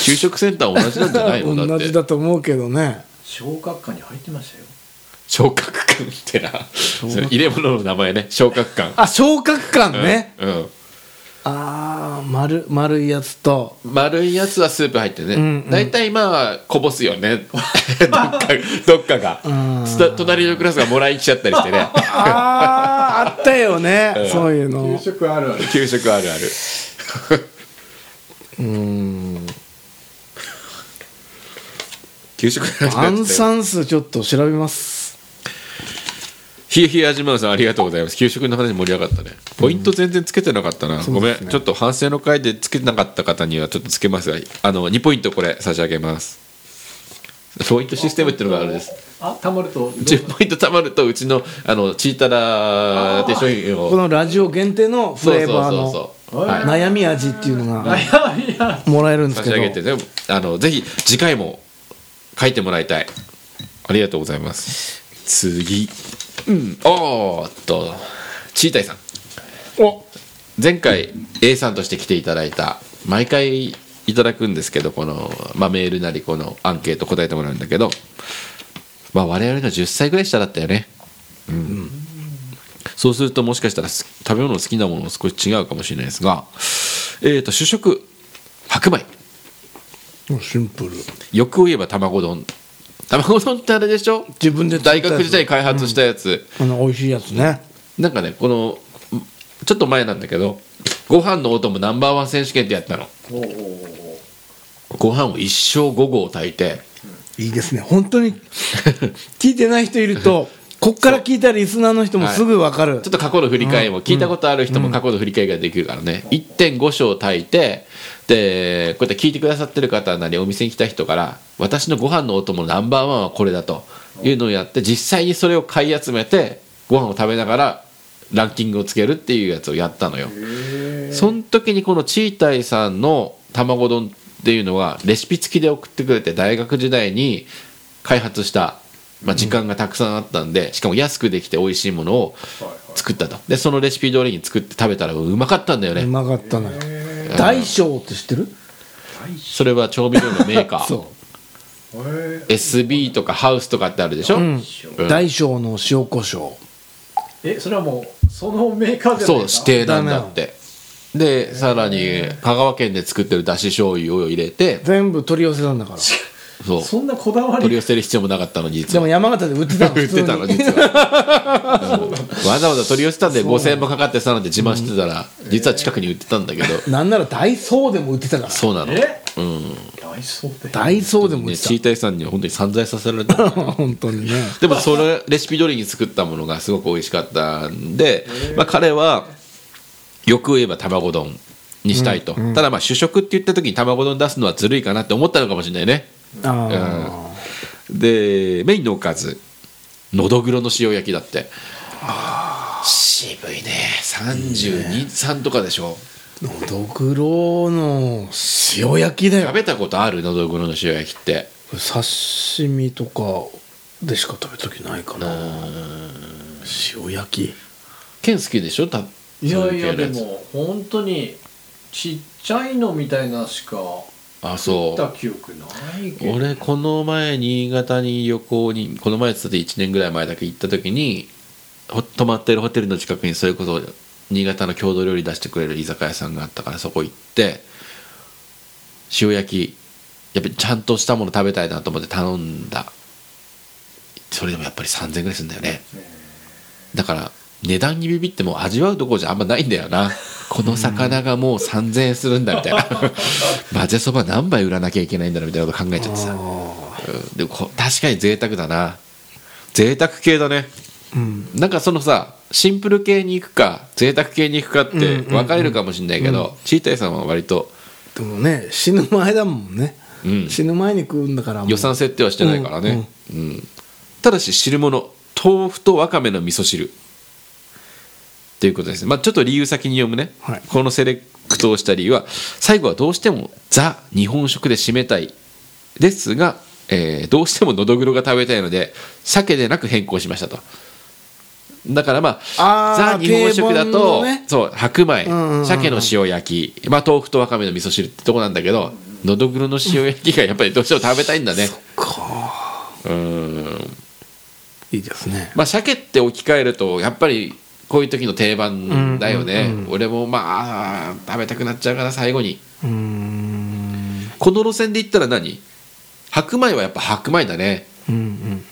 A: 給食センター同じなんじゃないのだ
C: 同
A: っ
C: じ
A: て
C: だと思うけどね
D: 小学館に入ってましたよ
A: 昇格館ってなそれ入れ物の名前ね昇格館
C: あ昇格館ね、
A: うん
C: ああ丸丸いや つと
A: 丸いやつはスープ入ってるね、
C: んうん
A: 大体まあこぼすよ ねどっかどっかが
C: うん
A: つた隣のクラスがもらいに来ちゃったりしてね
C: あああったよね、
A: ん
C: そういうの
D: 給食あるある
A: 給食あるある
C: うん
A: 給食の話になっちゃ
C: 暗
A: ったよ
C: 算数ちょっと調べます
A: ひえひえ味まるさんありがとうございます給食の話盛り上がったねポイント全然つけてなかったな、ごめん、ちょっと反省の回でつけてなかった方にはちょっとつけますがあの2ポイントこれ差し上げますポイントシステムっていうのがあるんです
D: あたまると
A: 10ポイント貯まるとうちのあのチータラーって商品を
C: このラジオ限定のフ
A: そう
C: レー
A: そう
C: バー
A: そう
C: の
A: そうはい
C: 悩み味っていうのが
D: 悩みや
C: もらえるんです
A: 差
C: け
A: し
C: ど
A: 上げてねあのぜひ次回も書いてもらいたいありがとうございます次うんおーっとチータイさん
C: お
A: 前回 A さんとして来ていただいた毎回いただくんですけどこの、まあ、メールなりこのアンケート答えてもらうんだけど、まあ、我々が10歳ぐらい下だったよね、うん、そうするともしかしたらす食べ物の好きなものも少し違うかもしれないですが、えー、と主食白米
C: シンプル
A: 欲を言えば卵丼卵丼ってあれでしょ
C: 自分で作
A: 大
C: ったやつ
A: 学時代に開発したやつ、
C: あの美味しいやつね
A: なんかねこのちょっと前なんだけどご飯のお供ナンバーワン選手権ってやったの
D: おうおうおう
A: ご飯を一生午後を炊いて
C: いいですね本当に聞いてない人 いるとこっから聞いたリスナーの人もすぐ分かる、
A: ちょっと過去の振り返りも聞いたことある人も過去の振り返りができるからね1.5升炊いてでこうやって聞いてくださってる方なりお店に来た人から私のご飯のお供のナンバーワンはこれだというのをやって実際にそれを買い集めてご飯を食べながらランキングをつけるっていうやつをやったのよその時にこのチータイさんの卵丼っていうのはレシピ付きで送ってくれて大学時代に開発した、まあ、時間がたくさんあったんでしかも安くできて美味しいものを作ったとでそのレシピ通りに作って食べたらうまかったんだよ
C: う
A: ね
C: まかったのよ大将って知ってる
A: それは調味料のメーカ ー
C: そ
D: へえ
A: SB とかハウスとかってあるでしょ、
C: う、うん
A: うん
C: 大将の塩コショウ
D: えそれはもうそのメーカーじゃ
A: そう
D: ないか
A: 指定なんだってでさらに香川県で作ってるだし醤油を入れて
C: 全部取り寄せたんだから
A: そう
D: そんなこだわ
A: 取り
D: り
A: 寄せる必要もなかったのに実
C: で
A: は
C: も山形で売っ てたの
A: 売っ
C: 普通
A: て
C: に
A: たの実はうんわざわざ取り寄せたんで5000円もかかってさなんて自慢してたら実は近くに売ってたんだけど
C: なんならダイソーでも売ってたから
A: そうなの
D: え
A: うん
D: ダイソーで
C: ダイソーでも売
A: ね
C: って
A: チータイさんには本当に散財させられた
C: た本当にね
A: でもそれレシピ通りに作ったものがすごく美味しかったんで、まあ、彼はよく言えば卵丼にしたいと、ただまあ主食って言った時に卵丼出すのはずるいかなって思ったのかもしれないね
C: あ
A: でメインのおかずのどぐろの塩焼きだって渋いね323とかでしょ
C: ーのどぐろの塩焼きだよ
A: 食べたことあるのどぐろの塩焼きって
C: 刺身とかでしか食べた時ないかな塩焼き
A: 県好きでしょた
D: いやいや
A: そうう系の
D: で
A: つ
D: も本当にちっちゃいのみたいなしか
A: あ
D: 食
A: そ
D: った
A: う
D: 記憶ないけど
A: 俺この前新潟に旅行にこの前つって1年ぐらい前だけ行った時にほ泊まってるホテルの近くにそれこそ新潟の郷土料理出してくれる居酒屋さんがあったからそこ行って塩焼きやっぱりちゃんとしたもの食べたいなと思って頼んだそれでもやっぱり3000円ぐらいするんだよねだから値段にビビっても味わうところじゃあんまないんだよなこの魚がもう3000円するんだみたいな混ぜそば何杯売らなきゃいけないんだろうみたいなこと考えちゃってさ、うん、でもこ確かに贅沢だな贅沢系だね
C: うん
A: なんかそのさシンプル系に行くか贅沢系に行くかって分かれるかもしれないけど、チータイさんは割と
C: でもね死ぬ前だもんね、
A: うん
C: 死ぬ前に食うんだからもう
A: 予算設定はしてないからね、うんただし汁物豆腐とわかめの味噌汁っていうことですね、まあ、ちょっと理由先に読むね、
C: はい
A: このセレクトをした理由は最後はどうしてもザ日本食で締めたいですが、えーどうしてものどぐろが食べたいので鮭でなく変更しましたとだからまあザ
C: あー
A: 日本食だ
C: 定番
A: と、
C: のね
A: そう白米、
C: うんうんうん
A: 鮭の塩焼き、まあ、豆腐とわかめの味噌汁ってとこなんだけどのどぐろの塩焼きがやっぱりどうしても食べたいんだね
C: か
A: うん
C: いいですね
A: まあ鮭って置き換えるとやっぱりこういう時の定番だよね、俺もまあ食べたくなっちゃうから最後に
C: うーん
A: この路線で言ったら何白米はやっぱ白米だね
C: うんうん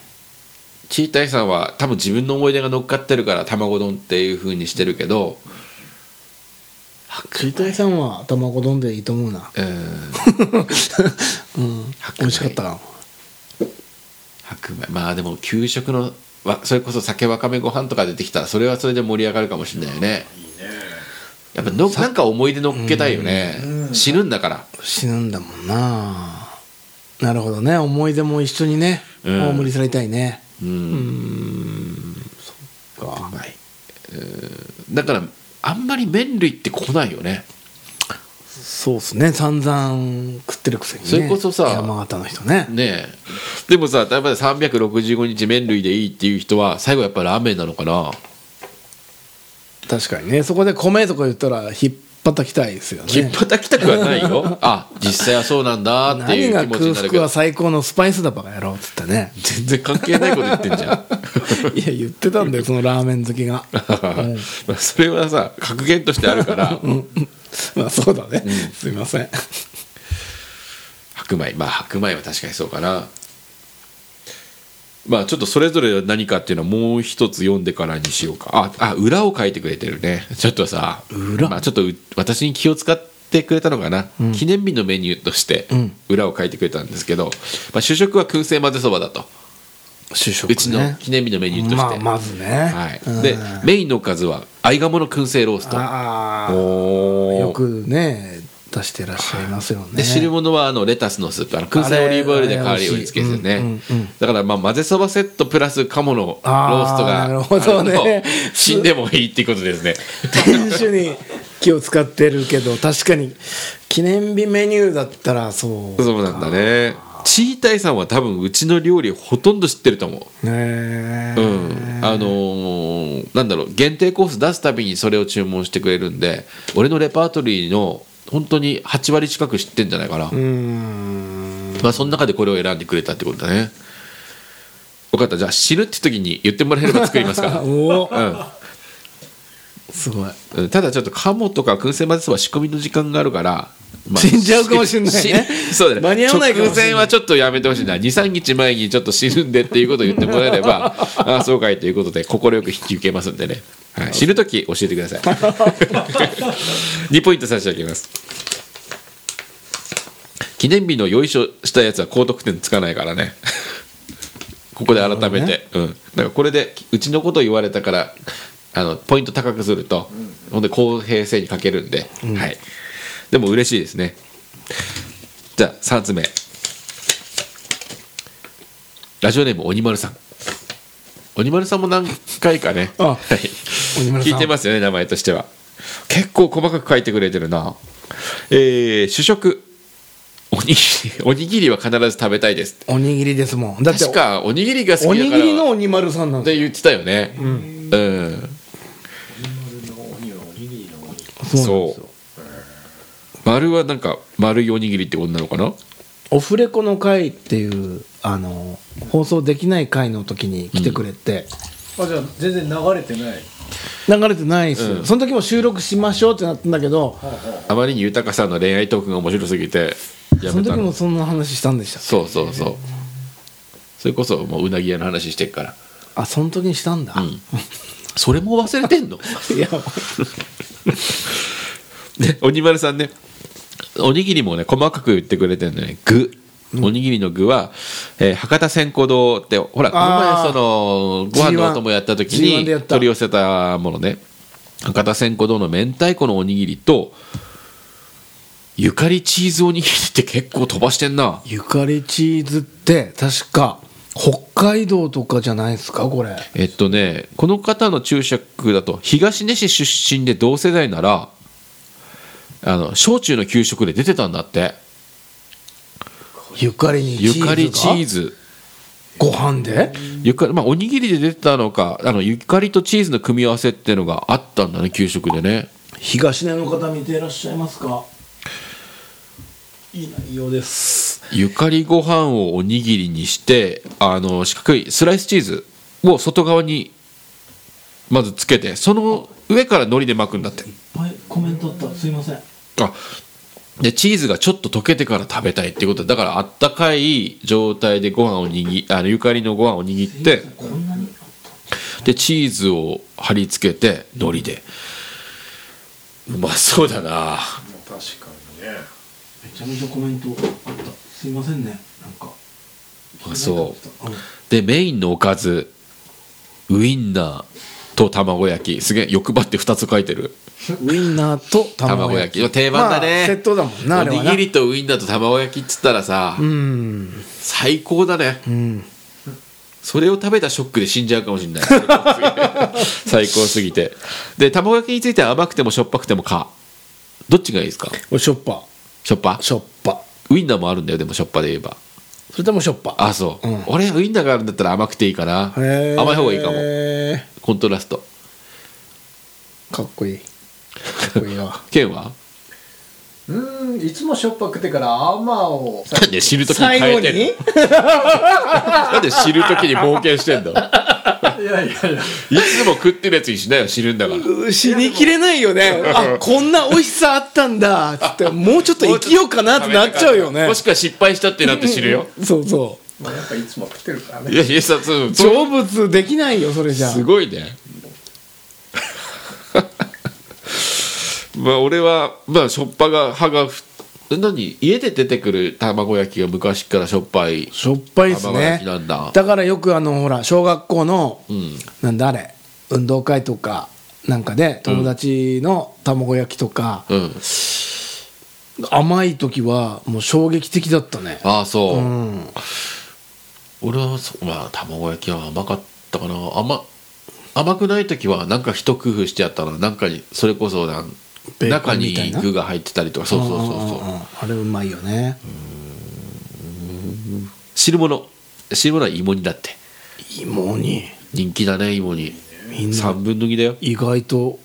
A: チータイさんは多分自分の思い出が乗っかってるから卵丼っていう風にしてるけど
C: 栗谷さんは卵丼でいいと思うな
A: うん
C: うん美味しかったな
A: 白米まあでも給食のわそれこそ酒わかめご飯とか出てきたらそれはそれで盛り上がるかもしれないよねやっぱのなんか思い出乗っけたいよね死ぬんだから
C: 死ぬんだもんななるほどね思い出も一緒にね
A: うん
C: 葬りされたいね
A: うん
C: か
A: うまいうんだからあんまり麺類って来ないよね
C: そうっすね散々食ってるくせにね
A: それこそさ
C: 山形の人ね
A: ねえでもさ例えば365日麺類でいいっていう人は最後やっぱラーメンなのかな
C: 確かにねそこで米とか言ったら引っ叩きたいですよね
A: 引っ叩きたくはないよあ実際はそうなんだってい
C: 何
A: う
C: が
A: 気持ちにな
C: 空
A: る
C: 腹
A: け
C: は
A: ど
C: 最高のスパイスだバカ野郎っつってね
A: 全然関係ないこと言ってんじゃん
C: いや言ってたんだよそのラーメン好きが、 うん
A: まあそれはさ格言としてある から
C: まあそうだね、すいません
A: 白米まあ白米は確かにそうかなまあちょっとそれぞれ何かっていうのはもう一つ読んでからにしようかああ裏を書いてくれてるねちょっとさ
C: 裏
A: まあ、ちょっとう私に気を使ってくれたのかな、記念日のメニューとして
C: うん
A: 裏を書いてくれたんですけど、まあ、主食は燻製混ぜそばだと
C: 就職
A: うちの記念日のメニューとして、
C: まあまずね、
A: はい、でメインのおかずは合鴨の燻製ロースト
C: ああ
A: おー
C: よくね出してらっしゃいますよね
A: で汁物はあのレタスのスープあの燻製オリーブオイルで代わりをつけて
C: あれ
A: ね、
C: うんうんうん
A: だからまあ混ぜそばセットプラス鴨のローストが
C: あーなるほどね
A: あると死んでもいいっていうことですね
C: 店主に気を使ってるけど確かに記念日メニューだったら そう
A: そうなんだねチータイさんは多分うちの料理ほとんど知ってると思う
C: ねえ
A: うん、あのーなんだろう限定コース出すたびにそれを注文してくれるんで俺のレパートリーの本当に8割近く知ってんじゃないかな、
C: うーん
A: まあ、その中でこれを選んでくれたってことだね分かったじゃあ死ぬって時に言ってもらえれば作りますから
C: お お
A: うん
C: すごい
A: うんただちょっと鴨とか燻製までそば仕込みの時間があるから、まあ
C: 死んじゃうかもしんないね
A: しそうだね
C: 間に合わないかもしんない
A: 直前はちょっとやめてほしいな23日前にちょっと死ぬんでっていうことを言ってもらえれ ばああそうかいということで快く引き受けますんでね、はい、死ぬ時教えてください 2ポイント差し上げます記念日のよいしょしたやつは高得点つかないからねここで改めて、うんだからこれでうちのこと言われたからあのポイント高くすると、ほんで公平性に欠けるんで、はいでも嬉しいですねじゃあ3つ目ラジオネーム鬼丸さん鬼丸さんも何回かね、
C: あ
A: はい、
C: 鬼丸さん
A: 聞いてますよね名前としては結構細かく書いてくれてるなえー主食おにぎり おにぎりは必ず食べたいです
C: おにぎりですもんだって
A: 確かおにぎりが好
C: お
A: きだ
C: に
A: か
C: ぎり
A: ら
C: の
A: っ
C: 鬼丸さんなんで
A: て言ってたよねうん、
C: すそうなんです
A: そ
C: よ
A: う丸はなんか丸いおにぎりってことなのかな
C: オフレコの会っていうあの放送できない会の時に来てくれて、
D: あじゃあ全然流れてない
C: 流れてないですよ、
A: うん
C: その時も収録しましょうってなったんだけど、
A: あまりに豊さんの恋愛トークが面白すぎてや
C: そ
A: めた
C: の
A: の
C: 時もそんな話したんでしたっけ
A: そうそうそうそれこそもううなぎ屋の話してっから
C: あその時にしたんだ、
A: うんそれも忘れてんの
C: いや
A: ね鬼丸さんねおにぎりもね細かく言ってくれてるんだよね具おにぎりの具は、えー博多線香堂ってほらこの
C: あ
A: 前
C: ー
A: そのご飯のお供やった時
C: G1 でやっ
A: に
C: た
A: 取り寄せたものね博多線香堂の明太子のおにぎりとゆかりチーズおにぎりって結構飛ばしてんな
C: ゆかりチーズって確か北海道とかじゃないですかこれ
A: えっとねこの方の注釈だと東根市出身で同世代ならあの小中の給食で出てたんだって
C: ゆかりにチーズ
A: ゆ
C: が
A: かりチーズ
C: ご飯で
A: ゆかりまあおにぎりで出てたのかあのゆかりとチーズの組み合わせっていうのがあったんだね給食でね
C: 東根の方見ていらっしゃいますかいい内容です
A: ゆかりご飯をおにぎりにしてあの四角いスライスチーズを外側にまずつけてその上から海苔で巻くんだって
D: はいコメントあったすいません
A: あでチーズがちょっと溶けてから食べたいっていうことでだからあったかい状態でご飯を握あのゆかりのご飯を握って
D: こんなに
A: でチーズを貼り付けて海苔でうまそうだな
D: めちゃめちゃコメントあったすいませんねなんか
A: あそう
D: うん
A: でメインのおかずウインナーと卵焼きすげえ欲張って2つ書いてる
C: ウインナーと
A: 卵
C: 卵
A: 焼
C: 焼
A: き
C: き
A: 定番だね、
C: まあセットだもんなあれ
A: お
C: は
A: に
C: な
A: ぎりとウインナーと卵焼きっつったらさ、
C: うん
A: 最高だね
C: うん
A: それを食べたショックで死んじゃうかもしれない 最高すぎてで卵焼きについては甘くてもしょっぱくてもかどっちがいいですか
C: おしょっぱ
A: しょっぱ
C: しょっぱ
A: ウインナーもあるんだよでもしょっぱで言えば
C: それともしょっぱ
A: あそう、
C: うん
A: 俺ウインナーがあるんだったら甘くていいかな
C: へー
A: 甘い方がいいかもコントラスト
C: かっこいいかっこいいわ
A: ケンは
B: うんいつもしょっぱくてから甘を
A: なんで知るときに
C: 最
A: 変
C: 後
A: えてんの
C: に
A: なんで知るときに冒険して んのい
B: いやいやいや
A: つも食ってるやつにしないよ知るんだから
C: 死にきれないよねあこんな美味しさあったんだつってもうちょっと生きようかなってなっちゃうよね
A: もしくは失敗したってなって知るよ
C: そうそ
B: まあやっぱいつも食ってるから
A: い
B: ね
A: やいやさそう
C: う成仏できないよそれじゃ
A: すごいね まあ俺はまあしょっぱが歯がふ何家で出てくる卵焼きが昔からしょっぱい
C: しょっぱいです
A: 卵焼
C: ね
A: きなんだ
C: からよくあのほら小学校の、
A: ん
C: なんだあれ運動会とかなんかで友達の卵焼きとか、
A: うん
C: 甘い時はもう衝撃的だったね
A: ああそう、
C: うん
A: 俺はそまあ卵焼きは甘かったかな甘甘くない時はなんか一工夫してやったななんかにそれこそなん
C: ベーコ
A: 中
C: ンみ
A: に
C: たいな
A: 具が入ってたりとかそうそうそうそう
C: うんうんうんあれうまいよね
A: 汁物汁物は芋煮だって
C: 芋に
A: 人気だね芋煮
C: みんな
A: 3分の2だよ
C: 意外と、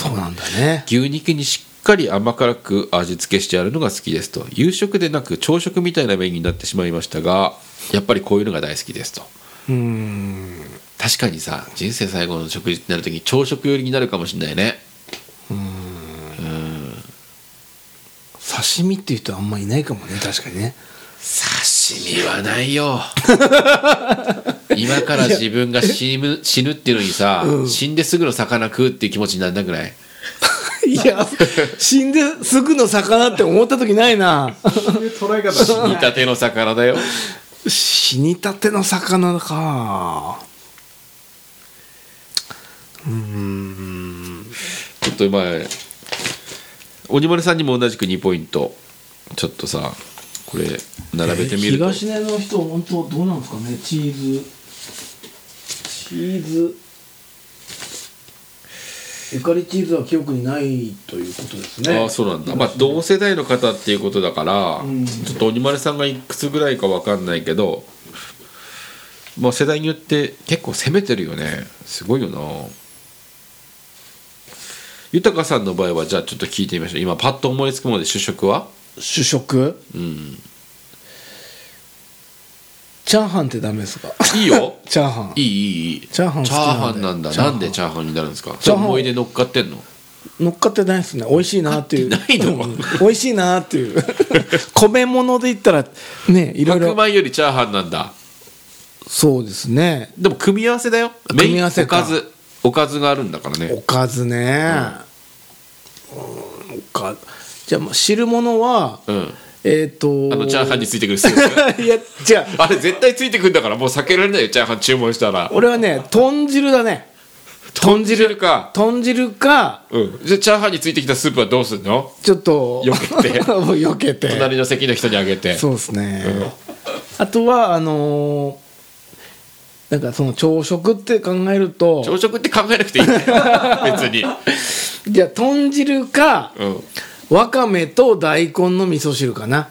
C: そうなんだね
A: 牛肉にしっかり甘辛く味付けしてあるのが好きですと夕食でなく朝食みたいなメインになってしまいましたがやっぱりこういうのが大好きですと
C: うん
A: 確かにさ人生最後の食事になる時に朝食寄りになるかもしんないね
C: 刺身っていう人はあんまいないかもね確 かにね
A: 刺身はない よ今から自分が死ぬ死ぬっていうのにさ、死んですぐの魚食うっていう気持ちにならなくない
C: いや死んですぐの魚って思った時ないな
B: そういう捉え方
A: 死にたての魚だよ
C: 死にたての魚か
A: ちょっと今鬼丸さんにも同じく2ポイントちょっとさこれ並べてみると、
D: 東根の人本当どうなんですかねチーズチーズ
C: ゆかりチーズは記憶にないということです
A: ああそうなんだまあ同世代の方っていうことだから、
D: ん
A: ちょっと鬼丸さんがいくつぐらいかわかんないけどまあ世代によって結構攻めてるよねすごいよな豊さんの場合はじゃあちょっと聞いてみましょう今パッと思いつくもので主食は
C: 主食
A: うん
C: チャーハンってダメですか
A: いいよ
C: チャーハン
A: いいいいいい
C: チャーハン好き
A: チャーハ
C: なんで
A: ンなんだ
C: チャー
A: な
C: ハン
A: んでチャーハンになるんですか
C: チャーハン
A: 思い出乗っかってんの
C: 乗っかってないですね美味しいなっていう
A: 乗っかってないの
C: うん美味しいなって いう米物で言ったらねいろい
A: 白
C: ろ
A: 米よりチャーハンなんだ
C: そうですね
A: でも組み合わせだよメイ
C: 組み
A: ン
C: 合わせ
A: お
C: か
A: かずおかずがあるんだから
C: お
A: ね
C: かずね、うんおかじゃあまあ汁物は、
A: うん
C: えっ、と
A: あのチャーハンについてくるスー
C: いや違う
A: プあれ絶対ついてくるんだからもう避けられないよチャーハン注文したら
C: 俺はね豚汁だね
A: 豚汁か
C: 豚汁か
A: うんじゃあチャーハンについてきたスープはどうすんの
C: ちょっと
A: 避け て
C: もう避けて
A: 隣の席の人にあげて
C: そうですね、あとはあのーなんかその朝食って考えると
A: 朝食って考えなくていい んだよ別に
C: じゃあ豚汁か、
A: うん
C: わかめと大根の味噌汁かな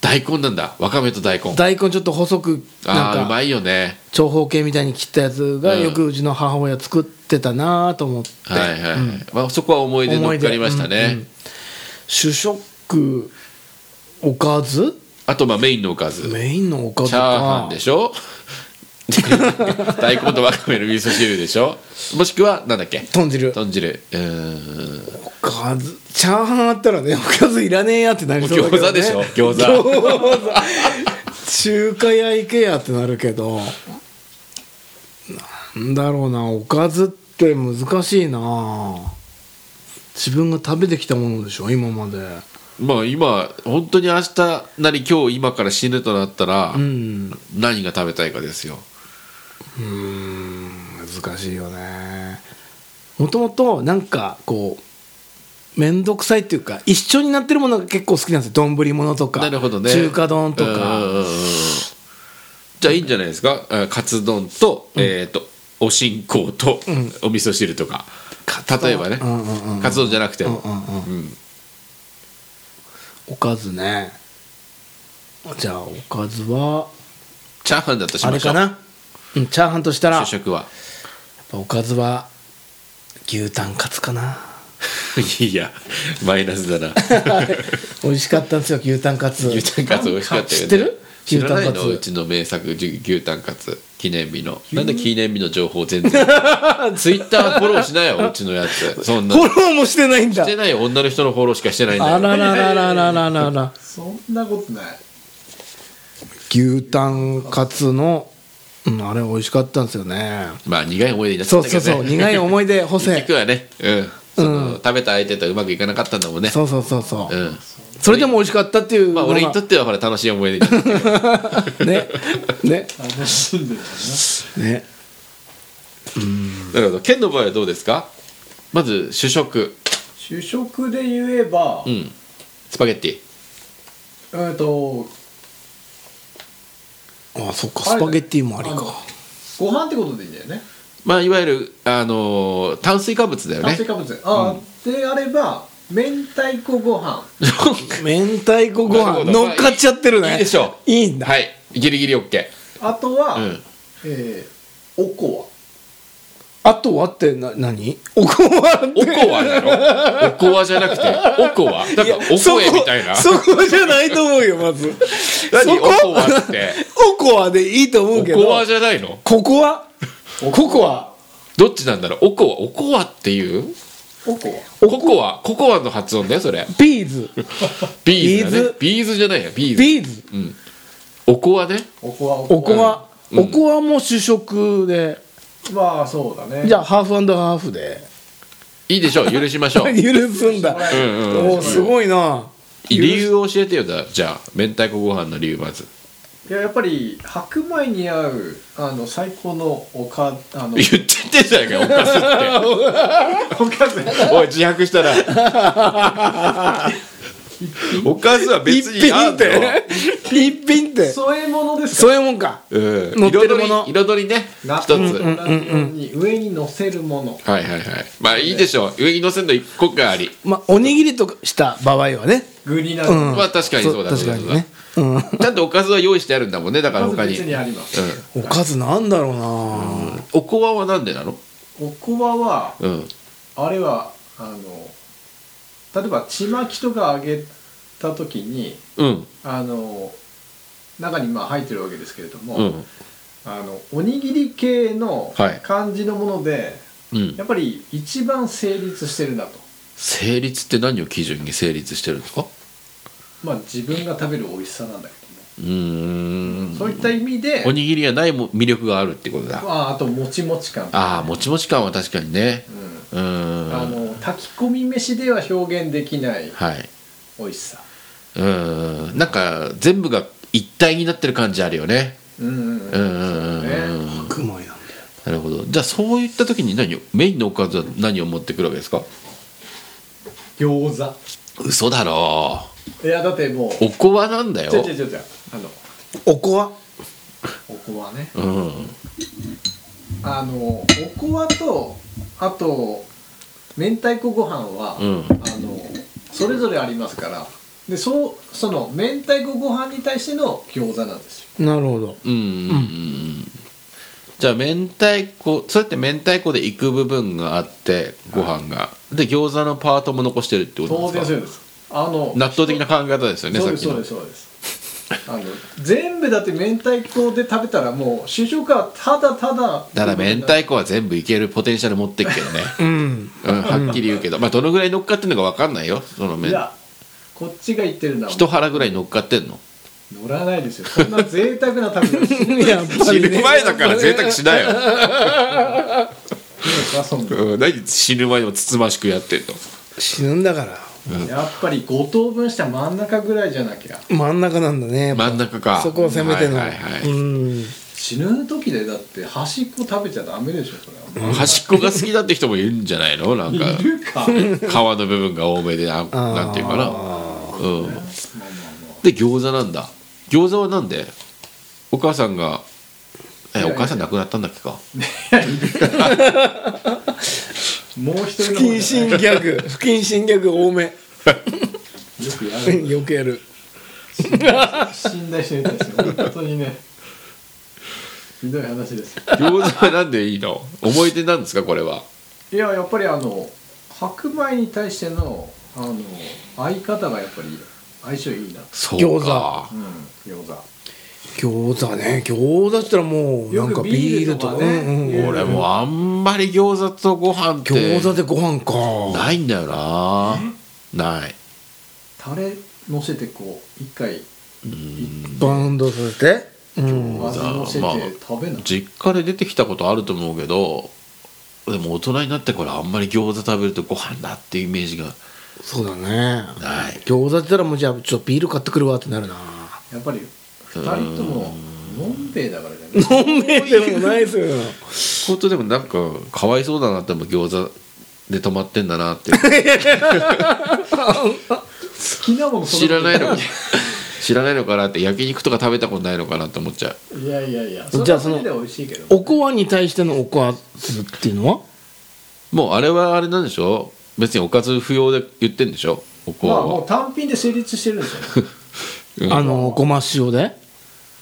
A: 大根なんだわかめと大根
C: 大根ちょっと細く
A: ああ
C: な
A: うんま
C: か
A: いよね
C: 長方形みたいに切ったやつが
A: うん
C: よくうちの母親作ってたなと思って、
A: はいはいはい、
C: うん
A: まあ、そこは思い出乗っかりましたね、
C: 思い出うんうん主食おかず
A: あとまあメインのおかず
C: メインのおかず
A: チ
C: か
A: ャーハンでしょ 大根とわかめの味噌汁でしょもしくはなんだっけ
C: 豚汁
A: 豚汁うーん
C: おかずチャーハンあったらねおかずいらねえやってなりそうだけ
A: もう餃
C: ど、ね、
A: 子でしょ餃子
C: 餃子中華屋行けやってなるけどなんだろうなおかずって難しいな自分が食べてきたものでしょ今まで
A: まあ今本当に明日なり今日今から死ぬとなったら、
C: うん
A: 何が食べたいかですよ
C: うーん難しいよねもともとなんかこう面倒くさいっていうか一緒になってるものが結構好きなんですよ丼物とか
A: なるほどね
C: 中華丼と
A: うんうんうん
C: か
A: うんじゃあいいんじゃないですかえーカツ丼と,、えー、とおしんこうと、お味噌汁とか例えばね、
C: うんうんうん
A: カツ丼じゃなくて
C: うん
A: も、
C: うんうん
A: うん
C: おかずねじゃあおかずは
A: チャーハンだとし
C: あ
A: ま
C: れ
A: しょ
C: か
A: う
C: な、うん、チャーハンとしたらや
A: 主
C: っ
A: 食は
C: ぱおかずは牛タンカツかな
A: いやマイナスだな
C: 美味しかったんですよ牛タンカツ
A: 牛タンカツ美味しかったよね
C: 知ってる
A: 知らない
C: 牛タンカ
A: の
C: ツ
A: うちの名作じ牛タンカツ記念日のなんで記念日の情報 全然ツイッターフォローしなようちのやつそんな
C: フォローもしてないんだ
A: してないよ女の人のフォローしかしてないんだ
C: あ
A: よ
C: らららららららら
B: そんなことない
C: 牛タンカツの、うん、あれ美味しかったんですよね
A: まあ苦い思い出になっちゃ
C: そ
A: っ
C: う
A: たけ
C: そ
A: ど
C: う
A: ね
C: そう苦い思い出補
A: 結
C: 正
A: 局はね、うんその食べた相手とうまくいかなかったんだもんね
C: そうそうそうそう、
A: うん
C: それでも美味しかったっていうの
A: ま
C: が、
A: あ俺にとってはほら楽しい思い出にな ったけど
C: ねね
B: 楽しんでるか
C: ね
A: なるほど県の場合はどうですかまず主食
B: らな主食で言えば
A: う、んスパゲッティ
B: えっと
C: あそっかスパゲッティもあり
B: あの
C: か
B: ご飯ってことでいいんだよね
A: まあいわゆるあのー炭水化物だよ
B: 炭
A: ね
B: 水化物あ、であれば明太子ご飯
C: 明太子ご
A: なるほ
C: 飯
A: ど
C: 乗っかっちゃってるね
A: いいでしょう
C: いいんだ、
A: はいギリギリ OK
B: あとは、
A: うん
B: えーおこ
C: あとはってな何おこわって
A: おこわだろおこわじゃなくておこわなんかおこえみたいな
C: そこそこじゃないと思うよまず
A: 何
C: そこ
A: おこわって
C: おこわでいいと思
A: お
C: うけど
A: こわじゃないの
C: ここはここは
A: どっちなんだろうおこわおこわっていう
B: わおこわ
A: ココアココアの発音だよそれ
C: ビーズ
A: ビーズだね
C: ビーズ
A: ビーズじゃないよビーズ
C: ビーズ
A: うんおこわね
B: おこわお
C: おこ
B: わ
C: わ、おこわも主食で、
B: まあそうだね
C: じゃあハーフハーフで
A: いいでし ょう許しましょう
C: 許すんだ、
A: うんうんうん
C: おーすごいな
A: 理由を教えてよだじゃあ明太子ご飯の理由まず
B: いややっぱり白米に合うあの最高のおかあの
A: 言っちゃってんじゃないかよおかずっ
B: おかず
A: ておい自白したら おかずは別
C: 一
A: にあん
C: 品っ
A: の
C: て 一品ってそ
B: 添え物です
C: う
B: か
C: いうもんか
A: うん
C: 乗ってるもの
A: 彩り彩りね
B: な
A: 一つ、
B: 同じように上に乗せるもの
A: はいはいはいまあいいでしょう上に乗せるの一個があり
C: まあおにぎりとかした場合はね
B: 具になる、
C: うん
A: まあ確かにそうだ
C: 確かにね、うん、
A: ちゃんとおかずは用意してあるんだもんねだから
B: まず
A: 他に
B: 別にあります、
C: おかずなんだろうな、
A: おこわはなんでなの
B: おこわは
A: うん
B: あれはあの例えばちまきとか揚げた時に
A: うん
B: あの中にまあ入ってるわけですけれども、
A: うん
B: あのおにぎり系の
A: はい
B: 感じのもので、
A: うん
B: やっぱり一番成立してるなと
A: 成立って何を基準に成立してるんですか
B: まあ自分が食べる美味しさなんだけど
A: うーん
B: そういった意味で
A: おにぎりはないも魅力があるってことだ
B: ああともちもち感
A: ああもちもち感は確かにね
B: うん
A: う
B: あ
A: ーん
B: の炊き込み飯では表現できない
A: はい
B: 美味しさ
A: うーんなんか全部が一体になってる感じあるよね
B: うんうん
A: う
B: うんん
A: うんうんうんうん
C: 白米なんだよ
A: なるほどじゃあそういった時に何をメインのおかずは何を持ってくるわけですか
B: 餃
A: 嘘だろ
B: 子いやだってもう
A: おこわなんだよ
B: ちょちょちょちょあの
C: おこわ
B: おこわね
A: うん
B: あのおこわとあと明太子ご飯は、
A: うん
B: あのそれぞれありますからでそうその明太子ご飯に対しての餃子なんですよ
C: なるほど
A: うんうんうんうんじゃあ明太子そうやって明太子で行く部分があってご飯が、で餃子のパートも残してるってこと
B: 当
A: で
B: 然
A: す
B: そう
A: か
B: ですあの
A: 納豆的な考え方ですよね
B: そ
A: さっ
B: うです
A: き
B: そう
A: の
B: ですそうですあの全部だって明太子で食べたらもう主食はただただ
A: ただ明太子は全部いけるポテンシャル持ってっけど ね、
C: うん
A: うん、はっきり言うけどまあどのぐらい乗っかってんのか分かんないよその
B: い
A: 麺
B: やこっちが言ってるのは
A: 一腹ぐらい乗っかってんの
B: 乗らないですよそんな贅沢な食べ方しない
C: やっぱ
A: 死
C: り
A: ぬ
C: ね
A: 前だから贅沢しないよ、
B: ですかそんな
A: うん、何死ぬ前でもつつましくやってんの
C: 死ぬんだから
B: やっぱり5等分した真ん中ぐらいじゃなきゃ
C: 真ん中なんだねやっぱ
A: 真ん中か
C: そこを攻めての
A: はいはいはい
C: うん
B: 死ぬ時でだって端っこ食べちゃダメでしょそれは
A: 端っこが好きだって人もいるんじゃないのなんか
B: いるか
A: 皮の部分が多めでな
C: あー
A: なんていうかな、うん、で餃子なんだ餃子はなんでお母さんがえ
B: いやい
A: お
B: や
A: 母さん亡くなったんだっけか
C: 不謹
B: もう一人の方じゃない
C: 慎ギャグ不謹慎ギャグ多め
B: よく やる
C: よくやる
B: 死んだ人いたんですよ本当にねひどい話ですよ
A: 餃子はなんでいいの思い出なんですかこれはい
B: ややっぱりあの白米に対してのあの相方がやっぱり相性いいな
A: そうか
B: うん餃子
C: 餃子ね餃子っつったらもうなんか
B: よくビ
C: ビ
B: ー
C: ー
B: ル
C: ル
B: と
C: と
B: か
C: か
B: ね
C: うんうん
A: 俺もあんまり餃子とご飯って
C: 餃子でご飯か
A: ないんだよなない
B: タレのせてこう一回
C: バウンドさせてうん
B: 味のせ
A: まあ
B: て食べない
A: 実家で出てきたことあると思うけどでも大人になってからあんまり餃子食べるとご飯だっていうイメージが
C: そうだね
A: ない
C: 餃子って言ったらもうじゃあちょっとビール買ってくるわってなるな
B: やっぱり二人とものんべえだからじゃない
C: 飲めでもないですよ
A: 本当でもなんかかわいそうだなって思う餃子で止まってんだなって
B: 好きなもの
A: 知らないいの知らないのかなって焼肉とか食べたことないのかなって思っちゃう
B: いやいやいや
C: じゃあその
B: れはれで美味しいけど
C: おこわに対してのおこわずっていうのは
A: もうあれはあれなんでしょ別におかず不要で言ってんでしょおこ
B: ま
A: わ
B: あも
A: は
B: う単品で成立してるんですよね
A: うん
C: あのごま塩で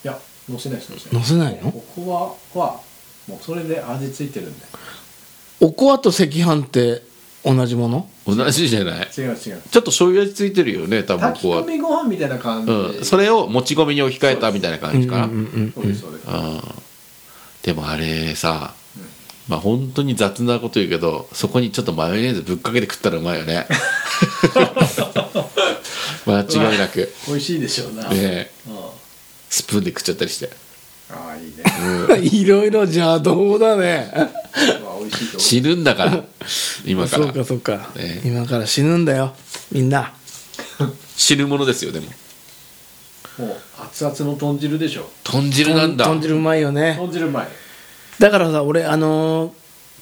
B: いや乗せないです乗せな
C: 乗せない
B: い
C: の
B: ここははもうそれで味ついてるんで
C: おこわと赤飯って同じもの
A: 同じじゃない
B: 違う違う
A: ちょっと醤油味ついてるよね多分お
B: 炊き
A: こわ
B: 込みご飯みたいな感じで、
A: うん、それをもち米に置き換えたみたいな感じかな、
C: うんうん
B: そうですそうです
A: うんでもあれさ、まあ本当に雑なこと言うけどそこにちょっとマヨネーズぶっかけて食ったらうまいよ ね間違いなく、
B: 美味しいでしょうな、
A: ねえ、
B: うん
A: スプーンで食っちゃったりして
B: ああいいね
C: うん いろいろ邪道だね
B: まあ美味しいと思
A: 死ぬんだから今か
C: そう
A: ら
C: かそうか、
A: ね
C: 今から死ぬんだよみんな
A: 死ぬものですよでも
B: うもう熱々の豚汁でしょ
A: 豚汁なんだ
C: 豚汁うまいよね
B: 豚汁前
C: だからさ俺あのー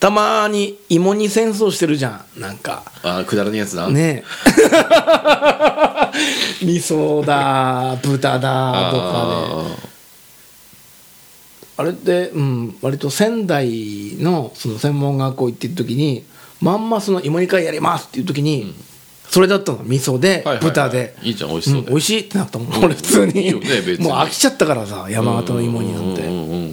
C: たまに芋煮戦争してるじゃんなんか
A: あーくだらねえやつだ、
C: ねえ味噌だ豚だとかね
A: あ
C: あれって、うん、割と仙台のその専門学校行ってる時にまんまその芋煮会やりますっていう時に、それだったの味噌で、
A: はいはいはい
C: 豚で
A: いいじゃん美味しそうで
C: ん美味しいってなったもん、俺普通に
A: いいよね別に
C: もう飽きちゃったからさ山形の芋煮なんて、
A: ーうんうんうん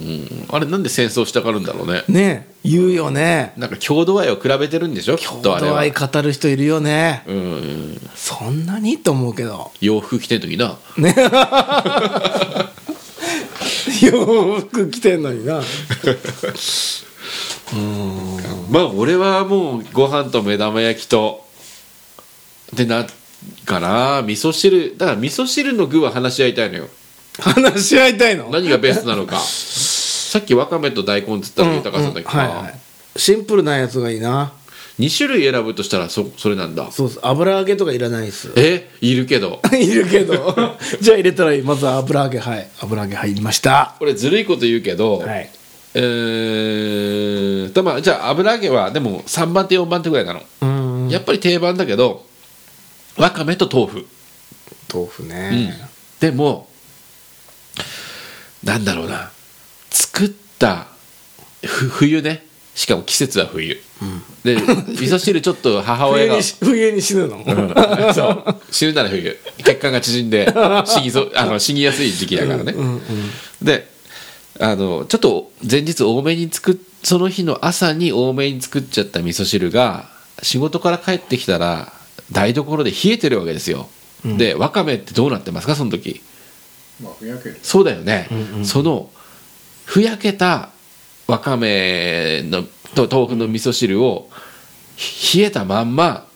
A: あれなんで戦争したがるんだろうね
C: ねえ言うよね
A: なんか郷土愛を比べてるんでしょきっとあれ
C: 度
A: は
C: 合い語る人いるよね、
A: うんうん
C: そんなにと思うけど
A: 洋服着てる時な
C: ね洋服着てんのにな
A: まあ俺はもうご飯と目玉焼きとでなかな味噌汁だから味噌汁の具は話し合いたいのよ
C: 話し合いたいの
A: 何がベストなの かさっきわかめと大根っつったの豊さんだけど、
C: うんうんはいはいシンプルなやつがいいな
A: 2種類選ぶとしたらそそれなんだ
C: そうです油揚げとかいらないです
A: え いるけど
C: いるけど じゃあ入れたらいいまずは油揚げはい油揚げ入りました
A: これずるいこと言うけど、
C: はい
A: えーとまあじゃあ油揚げはでも3番手4番手ぐらいなの、
C: うん
A: やっぱり定番だけどわかめと豆腐、
C: 豆腐
A: うん
C: ね、
A: でもなんだろうな作ったふ冬ねしかも季節は冬、で味噌汁ちょっと母親
C: 冬
A: が
C: にし冬に死ぬ の、
A: そう死ぬなら冬血管が縮んで死に そうあの死にやすい時期だからね、であのちょっと前日多めに作っその日の朝に多めに作っちゃった味噌汁が仕事から帰ってきたら台所で冷えてるわけですよ、でわかめってどうなってますかその時
B: まあふやける
A: そうだよね、そのふやけたわかめのと豆腐の味噌汁をひ冷えたまんま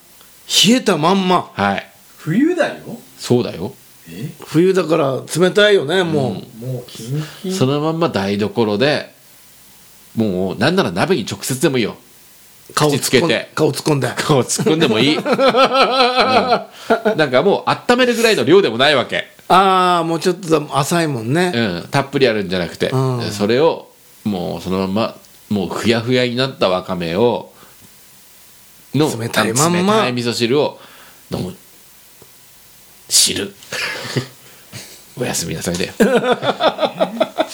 C: 冷えたまんま
A: はい
B: 冬だよ
A: そうだよ
B: え
C: 冬だから冷たいよねもう、
B: もうキンキン
A: そのまんま台所でもうなんなら鍋に直接でもいいよ
C: 顔
A: 口つけ
C: 突っ込
A: て
C: ん顔突っ込 んで
A: 顔突っ込んでも いい、うんなんかもう温めるぐらいの量でもないわけ、
C: ああもうちょっとだ浅いもんね、
A: うん、たっぷりあるんじゃなくて、
C: うん
A: それをもうそのまんまもうふやふやになったわかめをの
C: 冷たいまんま
A: あの冷たい味噌汁を飲む 汁おやすみなさいだよ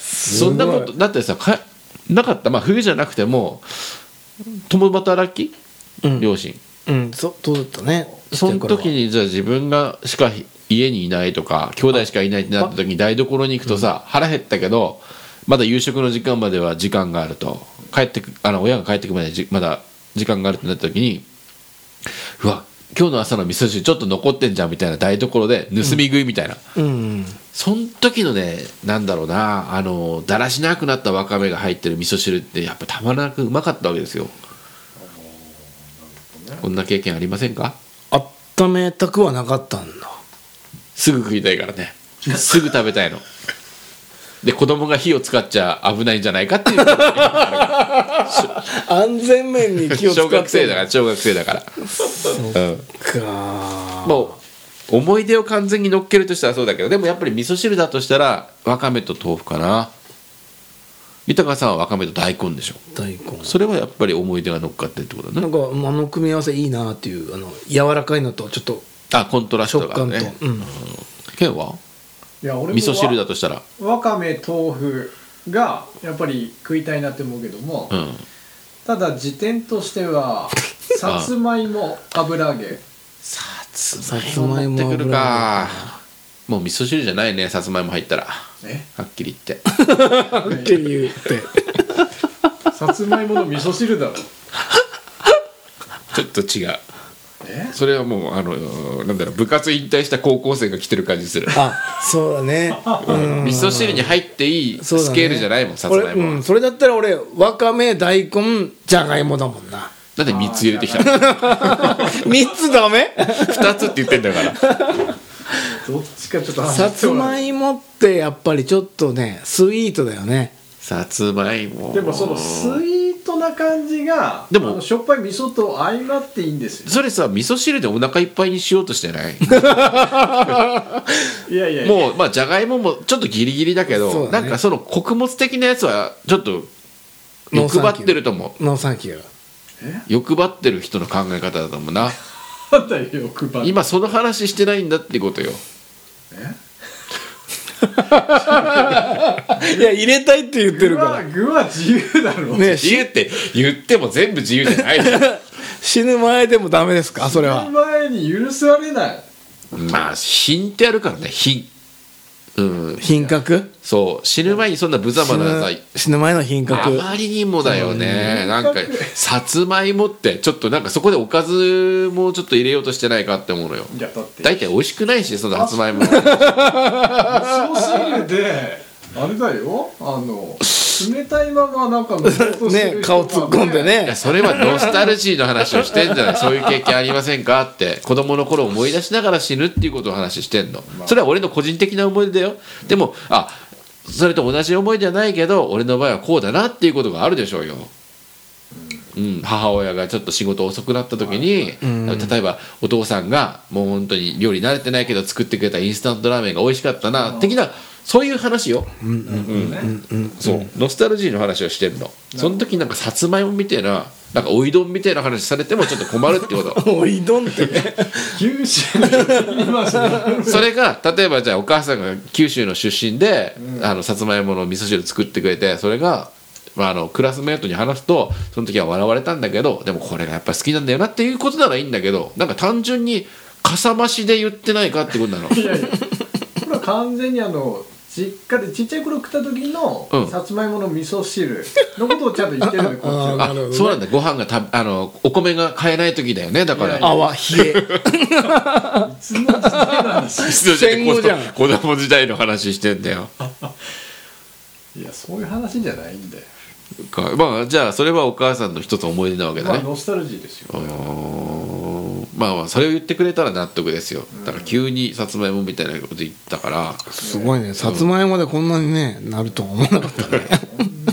A: そんなことだってさかなかったまあ冬じゃなくても共働き、
C: うん
A: 両親
C: うんそどうだったね
A: その時にじゃあ自分がしか家にいないとか兄弟しかいないってなった時に台所に行くとさ腹減ったけどまだ夕食の時間までは時間があると帰ってくあの親が帰ってくまでじまだ時間があるってなった時にうわ今日の朝の味噌汁ちょっと残ってんじゃんみたいな台所で盗み食いみたいな、
C: うん
A: その時のねなんだろうなあのだらしなくなったわかめが入ってる味噌汁ってやっぱたまらなくうまかったわけですよこんな経験ありませんか
C: 温めたくはなかったんだ
A: すぐ食いたいから ねすぐ食べたいので子供が火を使っちゃ危ないんじゃないかっていう
C: 安全面に気を使
A: 小
C: って
A: 学生だから小学生だから、うん、
C: か
A: もう思い出を完全に乗っけるとしたらそうだけどでもやっぱり味噌汁だとしたらわかめと豆腐かな豊川さんはわかめと大根でしょ
C: 大根
A: それはやっぱり思い出が乗っかってるってことだ
C: な
A: ね
C: んかあの組み合わせいいなっていうあの柔らかいのとちょっと
A: あコントラスト
C: 食
A: が
C: 感と、
A: ね
C: うん、
A: 県はい
B: や俺も
A: 味噌汁だとしたら
B: わかめ豆腐がやっぱり食いたいなって思うけども、
A: うん
B: ただ時点としてはさつまいも油揚げ
A: さ
C: つ
A: つ
C: ま
A: ま
C: い
A: い
C: も
A: も持ってくるかもう味噌汁じゃないねさつまいも入ったら
B: ね
A: はっきり言って
C: って言って
B: さつまいもの味噌汁だろ
A: ちょっと違う
B: え
A: それはもうあのなんだろう部活引退した高校生が来てる感じする、
C: あそうだね
A: うん味噌汁に入っていい
C: そうだね
A: スケールじゃないもんさつまい
C: 俺う
A: もは
C: ん、それだったら俺わかめ大根じゃがいもだもんな
A: なんで3つ入れてきたの
C: 三つダメ
A: 2つって言ってんだから
B: どっちかちょっと
C: さつま
B: い
C: いもってやっぱりちょっとねスイートだよね
A: さつまいも
B: でもそのスイートな感じが
A: でも
B: あのしょっぱい味噌と相まっていいんですよ
A: それさ味噌汁でお腹いっぱいにしようとしてない
B: いやいやいや
A: もうまあじゃがいももちょっとギリギリだけど
C: そうだね
A: なんかその穀物的なやつはちょっと
C: ノー
A: 欲
C: サンキュー
A: 張ってると思う
C: ノーサンキュー
A: 欲張ってる人の考え方だと思うな
B: なんだよ欲張り
A: 今その話してないんだってことよ
C: いや入れたいって言って
B: 具
C: る
B: は
C: か
B: 具は自由だろ
C: らね
A: 自
C: し
A: 由って言っても全部自由じゃないじゃん
C: 死ぬ前でもダメですかそれは
B: 前に許されない
A: まあ品ってあるからね品うん
C: 品格
A: そう死ぬ前にそんな無様なさ
C: 死ぬ死ぬ前の品
A: あ
C: 格
A: まりにもだよねなんかさつまいもってちょっとなんかそこでおかずもちょっと入れようとしてないかって思うのよ
B: いやだって
A: 大体美味しくないしそのさつまいも
B: 味噌汁であれだよあの冷たいままなんか乗ろうとしてる人 が
C: ね顔突っ込んで
A: いや
C: ね
A: それはノスタルジーの話をしてんじゃないそういう経験ありませんかって子供の頃を思い出しながら死ぬっていうことを話してんのそれは俺の個人的な思い出だよでもあそれと同じ思いじゃないけど俺の場合はこうだなっていうことがあるでしょうよ、うん、母親がちょっと仕事遅くなった時に、
C: うん
A: 例えばお父さんがもう本当に料理慣れてないけど作ってくれたインスタントラーメンが美味しかったな的なそういう話よ、
B: ね
A: そう、ノスタルジーの話をしてるのその時なんかさつまいもみたいななんかおいどんみたいな話されてもちょっと困るってこと
C: おいどんってね
B: 九州にいますね
A: それが例えばじゃあお母さんが九州の出身で、
B: うん
A: あのさつまいもの味噌汁作ってくれてそれが、まあ、あのクラスメートに話すとその時は笑われたんだけどでもこれがやっぱ好きなんだよなっていうことならいいんだけどなんか単純にかさ増しで言ってないかってことな の
B: いやいやこれは完全にあの実家でちっちゃい頃食った時の
A: うん
B: さつまいもの味噌汁のことをちゃんと言ってるのよこっち は
C: な
A: あ
C: るほどね
A: そうなんだご飯がたあのお米が買えない時だよねだから
B: いやいや
C: 泡冷え
B: すごい好きな話
C: 戦後じゃん
A: 子供時代の話してんだよ
B: いやそういう話じゃないんだよ、
A: かまあじゃあそれはお母さんの一つ思い出なわけだ
B: まあ
A: ね、
B: ノスタルジーですよ
A: あーまあまあそれを言ってくれたら納得ですよだから急にさつまいもみたいなこと言ったから、
C: すごいねさつまいもでこんなにねなるとは思わなかったね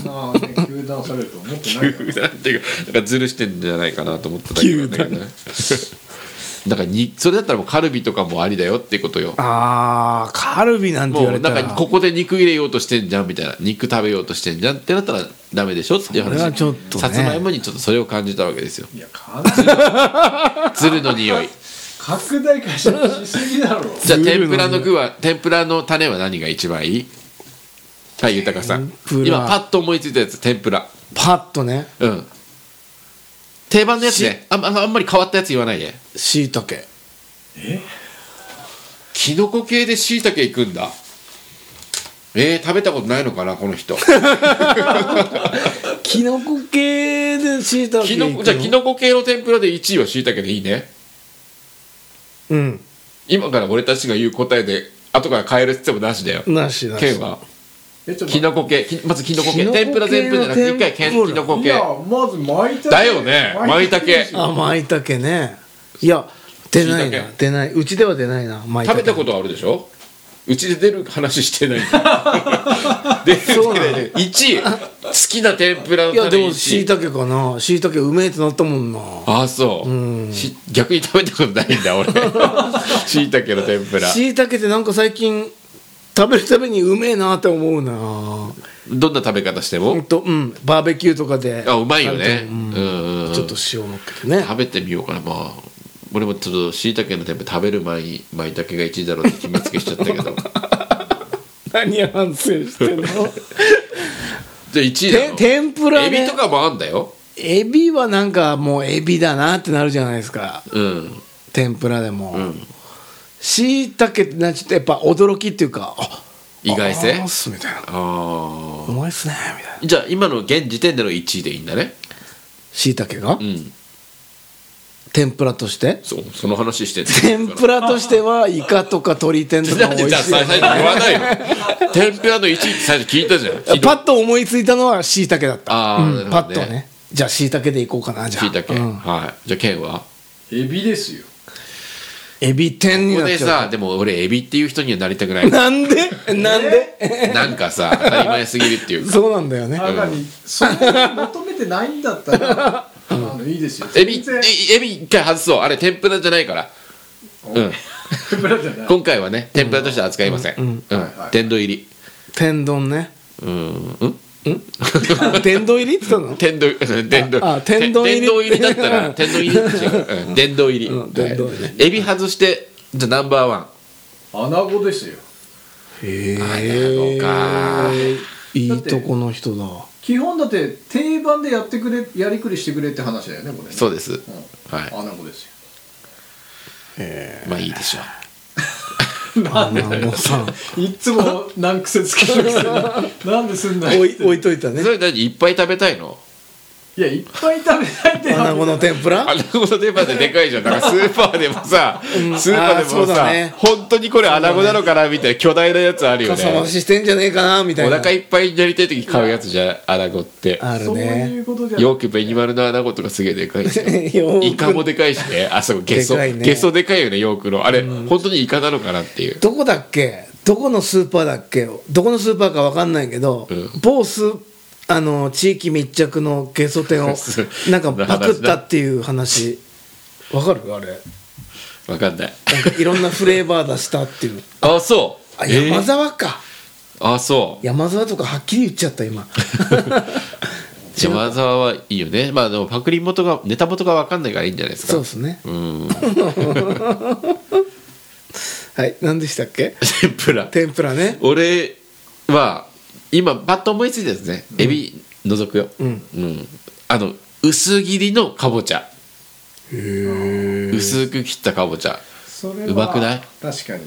B: そんなね糾弾されると思ってないから
A: 急なんていうかなんかずるしてんじゃないかなと思っただけなんだけどねだからにそれだったらもうカルビとかもありだよっていうことよ
C: あーカルビなんて言
A: も
C: わ
A: う
C: れた
A: なん
C: ら
A: かここで肉入れようとしてんじゃんみたいな肉食べようとしてんじゃんってなったらダメでしょっていう
C: それは
A: 話
C: ちょっとね
A: さつまいもにちょっとそれを感じたわけですよ
B: いや完全に
A: ズルの匂い
B: 拡大化しすぎ だろ
A: じゃあ
C: ズル
A: 天ぷ
C: の匂い
A: らの具は天ぷらの種は何が一番いいはい豊さん
C: 天ぷら
A: 今パッと思いついたやつ天ぷら
C: パッとね
A: うん定番のやつねあんあんあんまり変わったやつ言わないで
C: しいたけ
A: キノコ系でしいたけいくんだえー、食べたことないのかなこの人
C: きのこ系でしいたけ
A: キノコじゃあキノコ系の天ぷらで1位はしいたけでいいね
C: うん
A: 今から俺たちが言う答えで後から変えるってもなしだよ
C: なしなし
A: 県は
B: えちょっと待って
A: キノコ系きまずキノコ系
C: キノコ系の
A: 天ぷら全部じゃなくて一回
C: 天
A: 県
C: ぷら
A: キノコ
B: い
A: 系
B: やまずマイタケ
A: だよね
B: ですよ
C: あまいたけねいや出な
A: 椎
C: いな
A: 茸
C: 出ないうちでは出ないなまい
A: 食
C: け
A: べたことあるでしょうちで出る話して ないで
C: そうなの
A: 1位好きな天ぷらの
C: いや
A: 種
C: でも
A: 1
C: しい
A: 位
C: たけかなしいたけうめえってなったもんな
A: ああそう、
C: うん
A: し逆に食べたことないんだ 俺しいたけの天ぷら
C: しいたけってなんか最近食べるたびにうめえなって思うな
A: どんな食べ方して
C: ほん
A: も
C: とうんバーベキューとかで
A: あうまいよね
C: うん
A: うんうん
C: ちょっと塩のっけてね
A: 食べてみようかなまあ俺もちょっとしいたけの天ぷら食べる前にまいたけが1位だろうって決めつけしちゃったけどじ ゃあ
C: 何反省してん の
A: 1位だ
C: て
A: ろ
C: 天ぷら
A: エビ
C: ね
A: とかもあんだよ
C: エビはなんかもうエビだなってなるじゃないですか
A: うん
C: 天ぷらでも、
A: ん
C: しいたけってなちょっとやっぱ驚きっていうかあ
A: 意外性
C: あーっすみたいな
A: ああ
C: うまいっすねみたいな
A: じゃあ今の現時点での1位でいいんだね
C: しいたけが、
A: うん
C: 天ぷらとして
A: そうその話してん
C: 天ぷ
A: ら
C: らとしてはイカとか鶏天と
A: な
C: か
A: ん
C: 美
A: で
C: 味
A: じゃあ
C: しいよ
A: 最初に言わないの天ぷらの1位って最初聞いたじゃん昨日
C: パッと思いついたのはしいたけだった
A: あー
C: うん
A: な
C: パ
A: るほ
C: ッ
A: どね
C: とねじゃあしいたけでいこうかなじゃあ
A: しいたけ
C: うん
A: はいじゃあケンは
B: エビですよ
C: エビ天
A: ここ
C: になっ
A: で
C: ちゃ
A: さでも俺エビっていう人にはなりたくないう
C: なんでなんで
A: なんかさ当たり前すぎるって いうか
C: そうなんだよね
B: あなにそんなに求めてないんだったら あのいいですよ
A: エビ
B: 全然
A: えエビ一回外そうあれ天ぷらじゃないからうん
B: 天ぷらじゃない
A: 今回はね天ぷらとしては扱いませんうん
B: はい
A: 天丼入り
C: 天丼ね
A: うんうん
C: 天丼入りって言ったの
A: 天 丼天丼
C: あ天丼入り
A: 天丼入りだった ら天丼入りって違ううん殿堂入り
C: うん殿堂入り
A: はいエビ外してじゃあナンバーワン
B: 穴子ですよ
C: へ
A: えあ
C: えいいとこの人だ
B: 基本だって定番でやってくれやりくりしてくれって話だよねこれね
A: そうです
B: うん
A: はい
B: 穴子ですよ
A: まあいいでしょう
C: 穴子さん
B: いっつも難 癖つけるくせになんですんな
C: 置
B: い
C: い置いといたね
A: それ何いっぱい食べたいの
B: いやいっぱい食べたいって
C: 穴子の天ぷら
A: あナゴのデパーででかいじゃんだからスーパーでもさ、スーパーで
C: あーそう
A: も
C: だ
A: さ、
C: ね
A: 本当にこれアナゴなのかなみたいな巨大なやつあるよ
C: かさ増
A: ね
C: ししてんじゃねえかなみた
A: お
C: いな
A: 腹いっぱいになりたい時買うやつじゃんアナゴって
C: ある
B: そうい
C: ね
B: うことじゃない
A: よくベニマルのアナゴとかすげえでかいし
C: よーく
A: イカもでかいしねあそこゲソ
C: でかいね
A: ゲソでかいよねヨークのあれ、本当にイカなのかなっていう
C: どこだっけどこのスーパーだっけどこのスーパーか分かんないけど、
A: うん
C: 某スあの地域密着のゲソ店 を
A: そう
C: なんかパクったっていう 話わかるあれ
A: わかんない
C: なんかいろんなフレーバー出したっていう
A: あそう
C: あ
A: えー
C: 山沢か、
A: あそう
C: 山沢とかはっきり言っちゃっ た今
A: 山沢はいいよねまあでもパクリ元がネタ元がわかんないからいいんじゃないですか
C: そうですね
A: うん
C: はい何でしたっけ
A: 天ぷら
C: 天ぷらね、
A: 俺は今パッと思いついたですねエビ除くようんあの薄切りのかぼちゃ
C: へ
A: 薄く切ったかぼちゃ
B: それは
A: うまくない
B: 確かに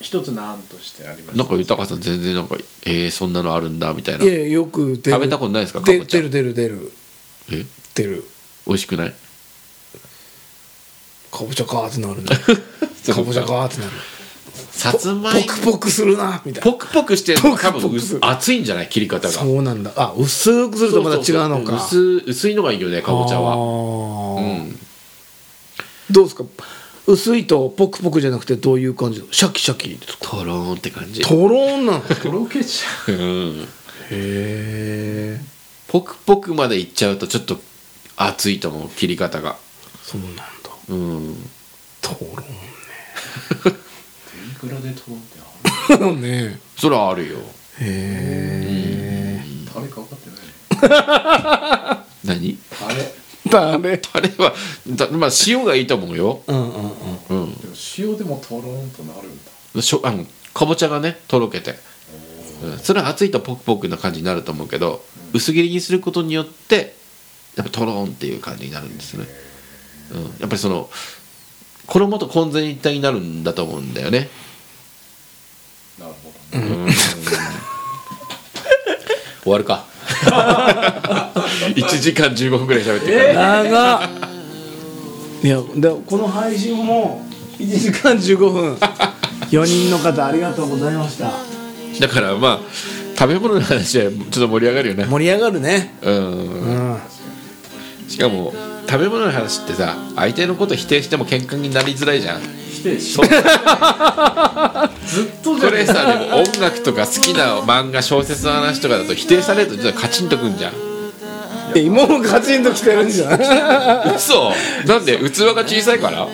B: 一つの案としてあります
A: なんか豊さん全然なんかえー、そんなのあるんだみたい
C: い
A: な
C: やよく出る
A: 食べたことないですかかぼちゃ
C: 出る出る出る
A: え
C: 出る
A: 美味しくない
C: かぼちゃかーってなる ね
A: そう
C: かぼちゃかーってなる
A: さ つま
C: ポ
A: いも
C: クポクするなみたいな
A: ポクポクしてるのが多
C: ポクポ
A: 分
C: ク
A: 薄厚いんじゃない切り方が
C: そうなんだあ薄くするとまた違うの
A: そう
C: か
A: そうそう薄薄いのがいいよねかぼちゃはう
C: は
A: ん
C: どうですか薄いとポクポクじゃなくてどういう感じシャキシャキですか
A: とろーんって感じ
C: とろーんなの
B: とろけち
A: う
B: ゃ
A: ん
C: へえ
A: ポクポクまでいっちゃうとちょっと熱いと思う切り方が
C: そうなんだ
A: うん
C: と
B: う天ぷらでとろって
C: ろーん ね
A: それはあるよ
C: へえ
B: あれタレかかってな
A: 何
B: いね
C: だれ
A: タレはだまあ塩がいいと思うよ
C: うんうんうん
A: うん
B: あれでも塩でもとろんとなるんだ
A: しょあのかぼちゃがねとろけて、うん、それは熱いとポクポクな感じになると思うけど、薄切りにすることによってやっぱとろんっていう感じになるんですね、うん、やっぱりその衣と混然一体になるんだと思うんだよね
B: なるほど
A: うん 終わるか 1時間15分ぐらい喋ってるから、
C: 長っいやでこの配信も1時間15分4人の方ありがとうございました
A: だからまあ食べ物の話はちょっと盛り上がるよね
C: 盛り上がるね
A: うん
C: うん
A: しかも食べ物の話ってさ相手のこと否定しても喧嘩になりづらいじゃん
B: 否定し
A: そうこ
B: ずっとじゃね
A: れさでも音楽とか好きな漫画小説の話とかだと否定されると実はカチンとくんじゃん
C: え芋もガチンときてるんじゃ ない
A: 嘘なんで器が小さいから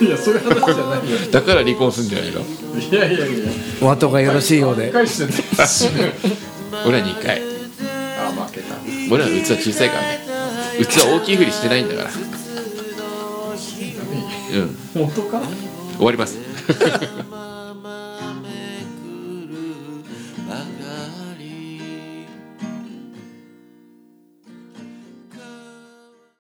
B: いやそういう話じゃないよ
A: だから離婚すんじゃないの
B: いやいやいや
C: お後がよろしいようで
B: 返してね
A: 俺ら2回
B: あ負けた
A: 俺らの器小さいからね器大きいふりしてないんだからうん
B: 本当か
A: 終わります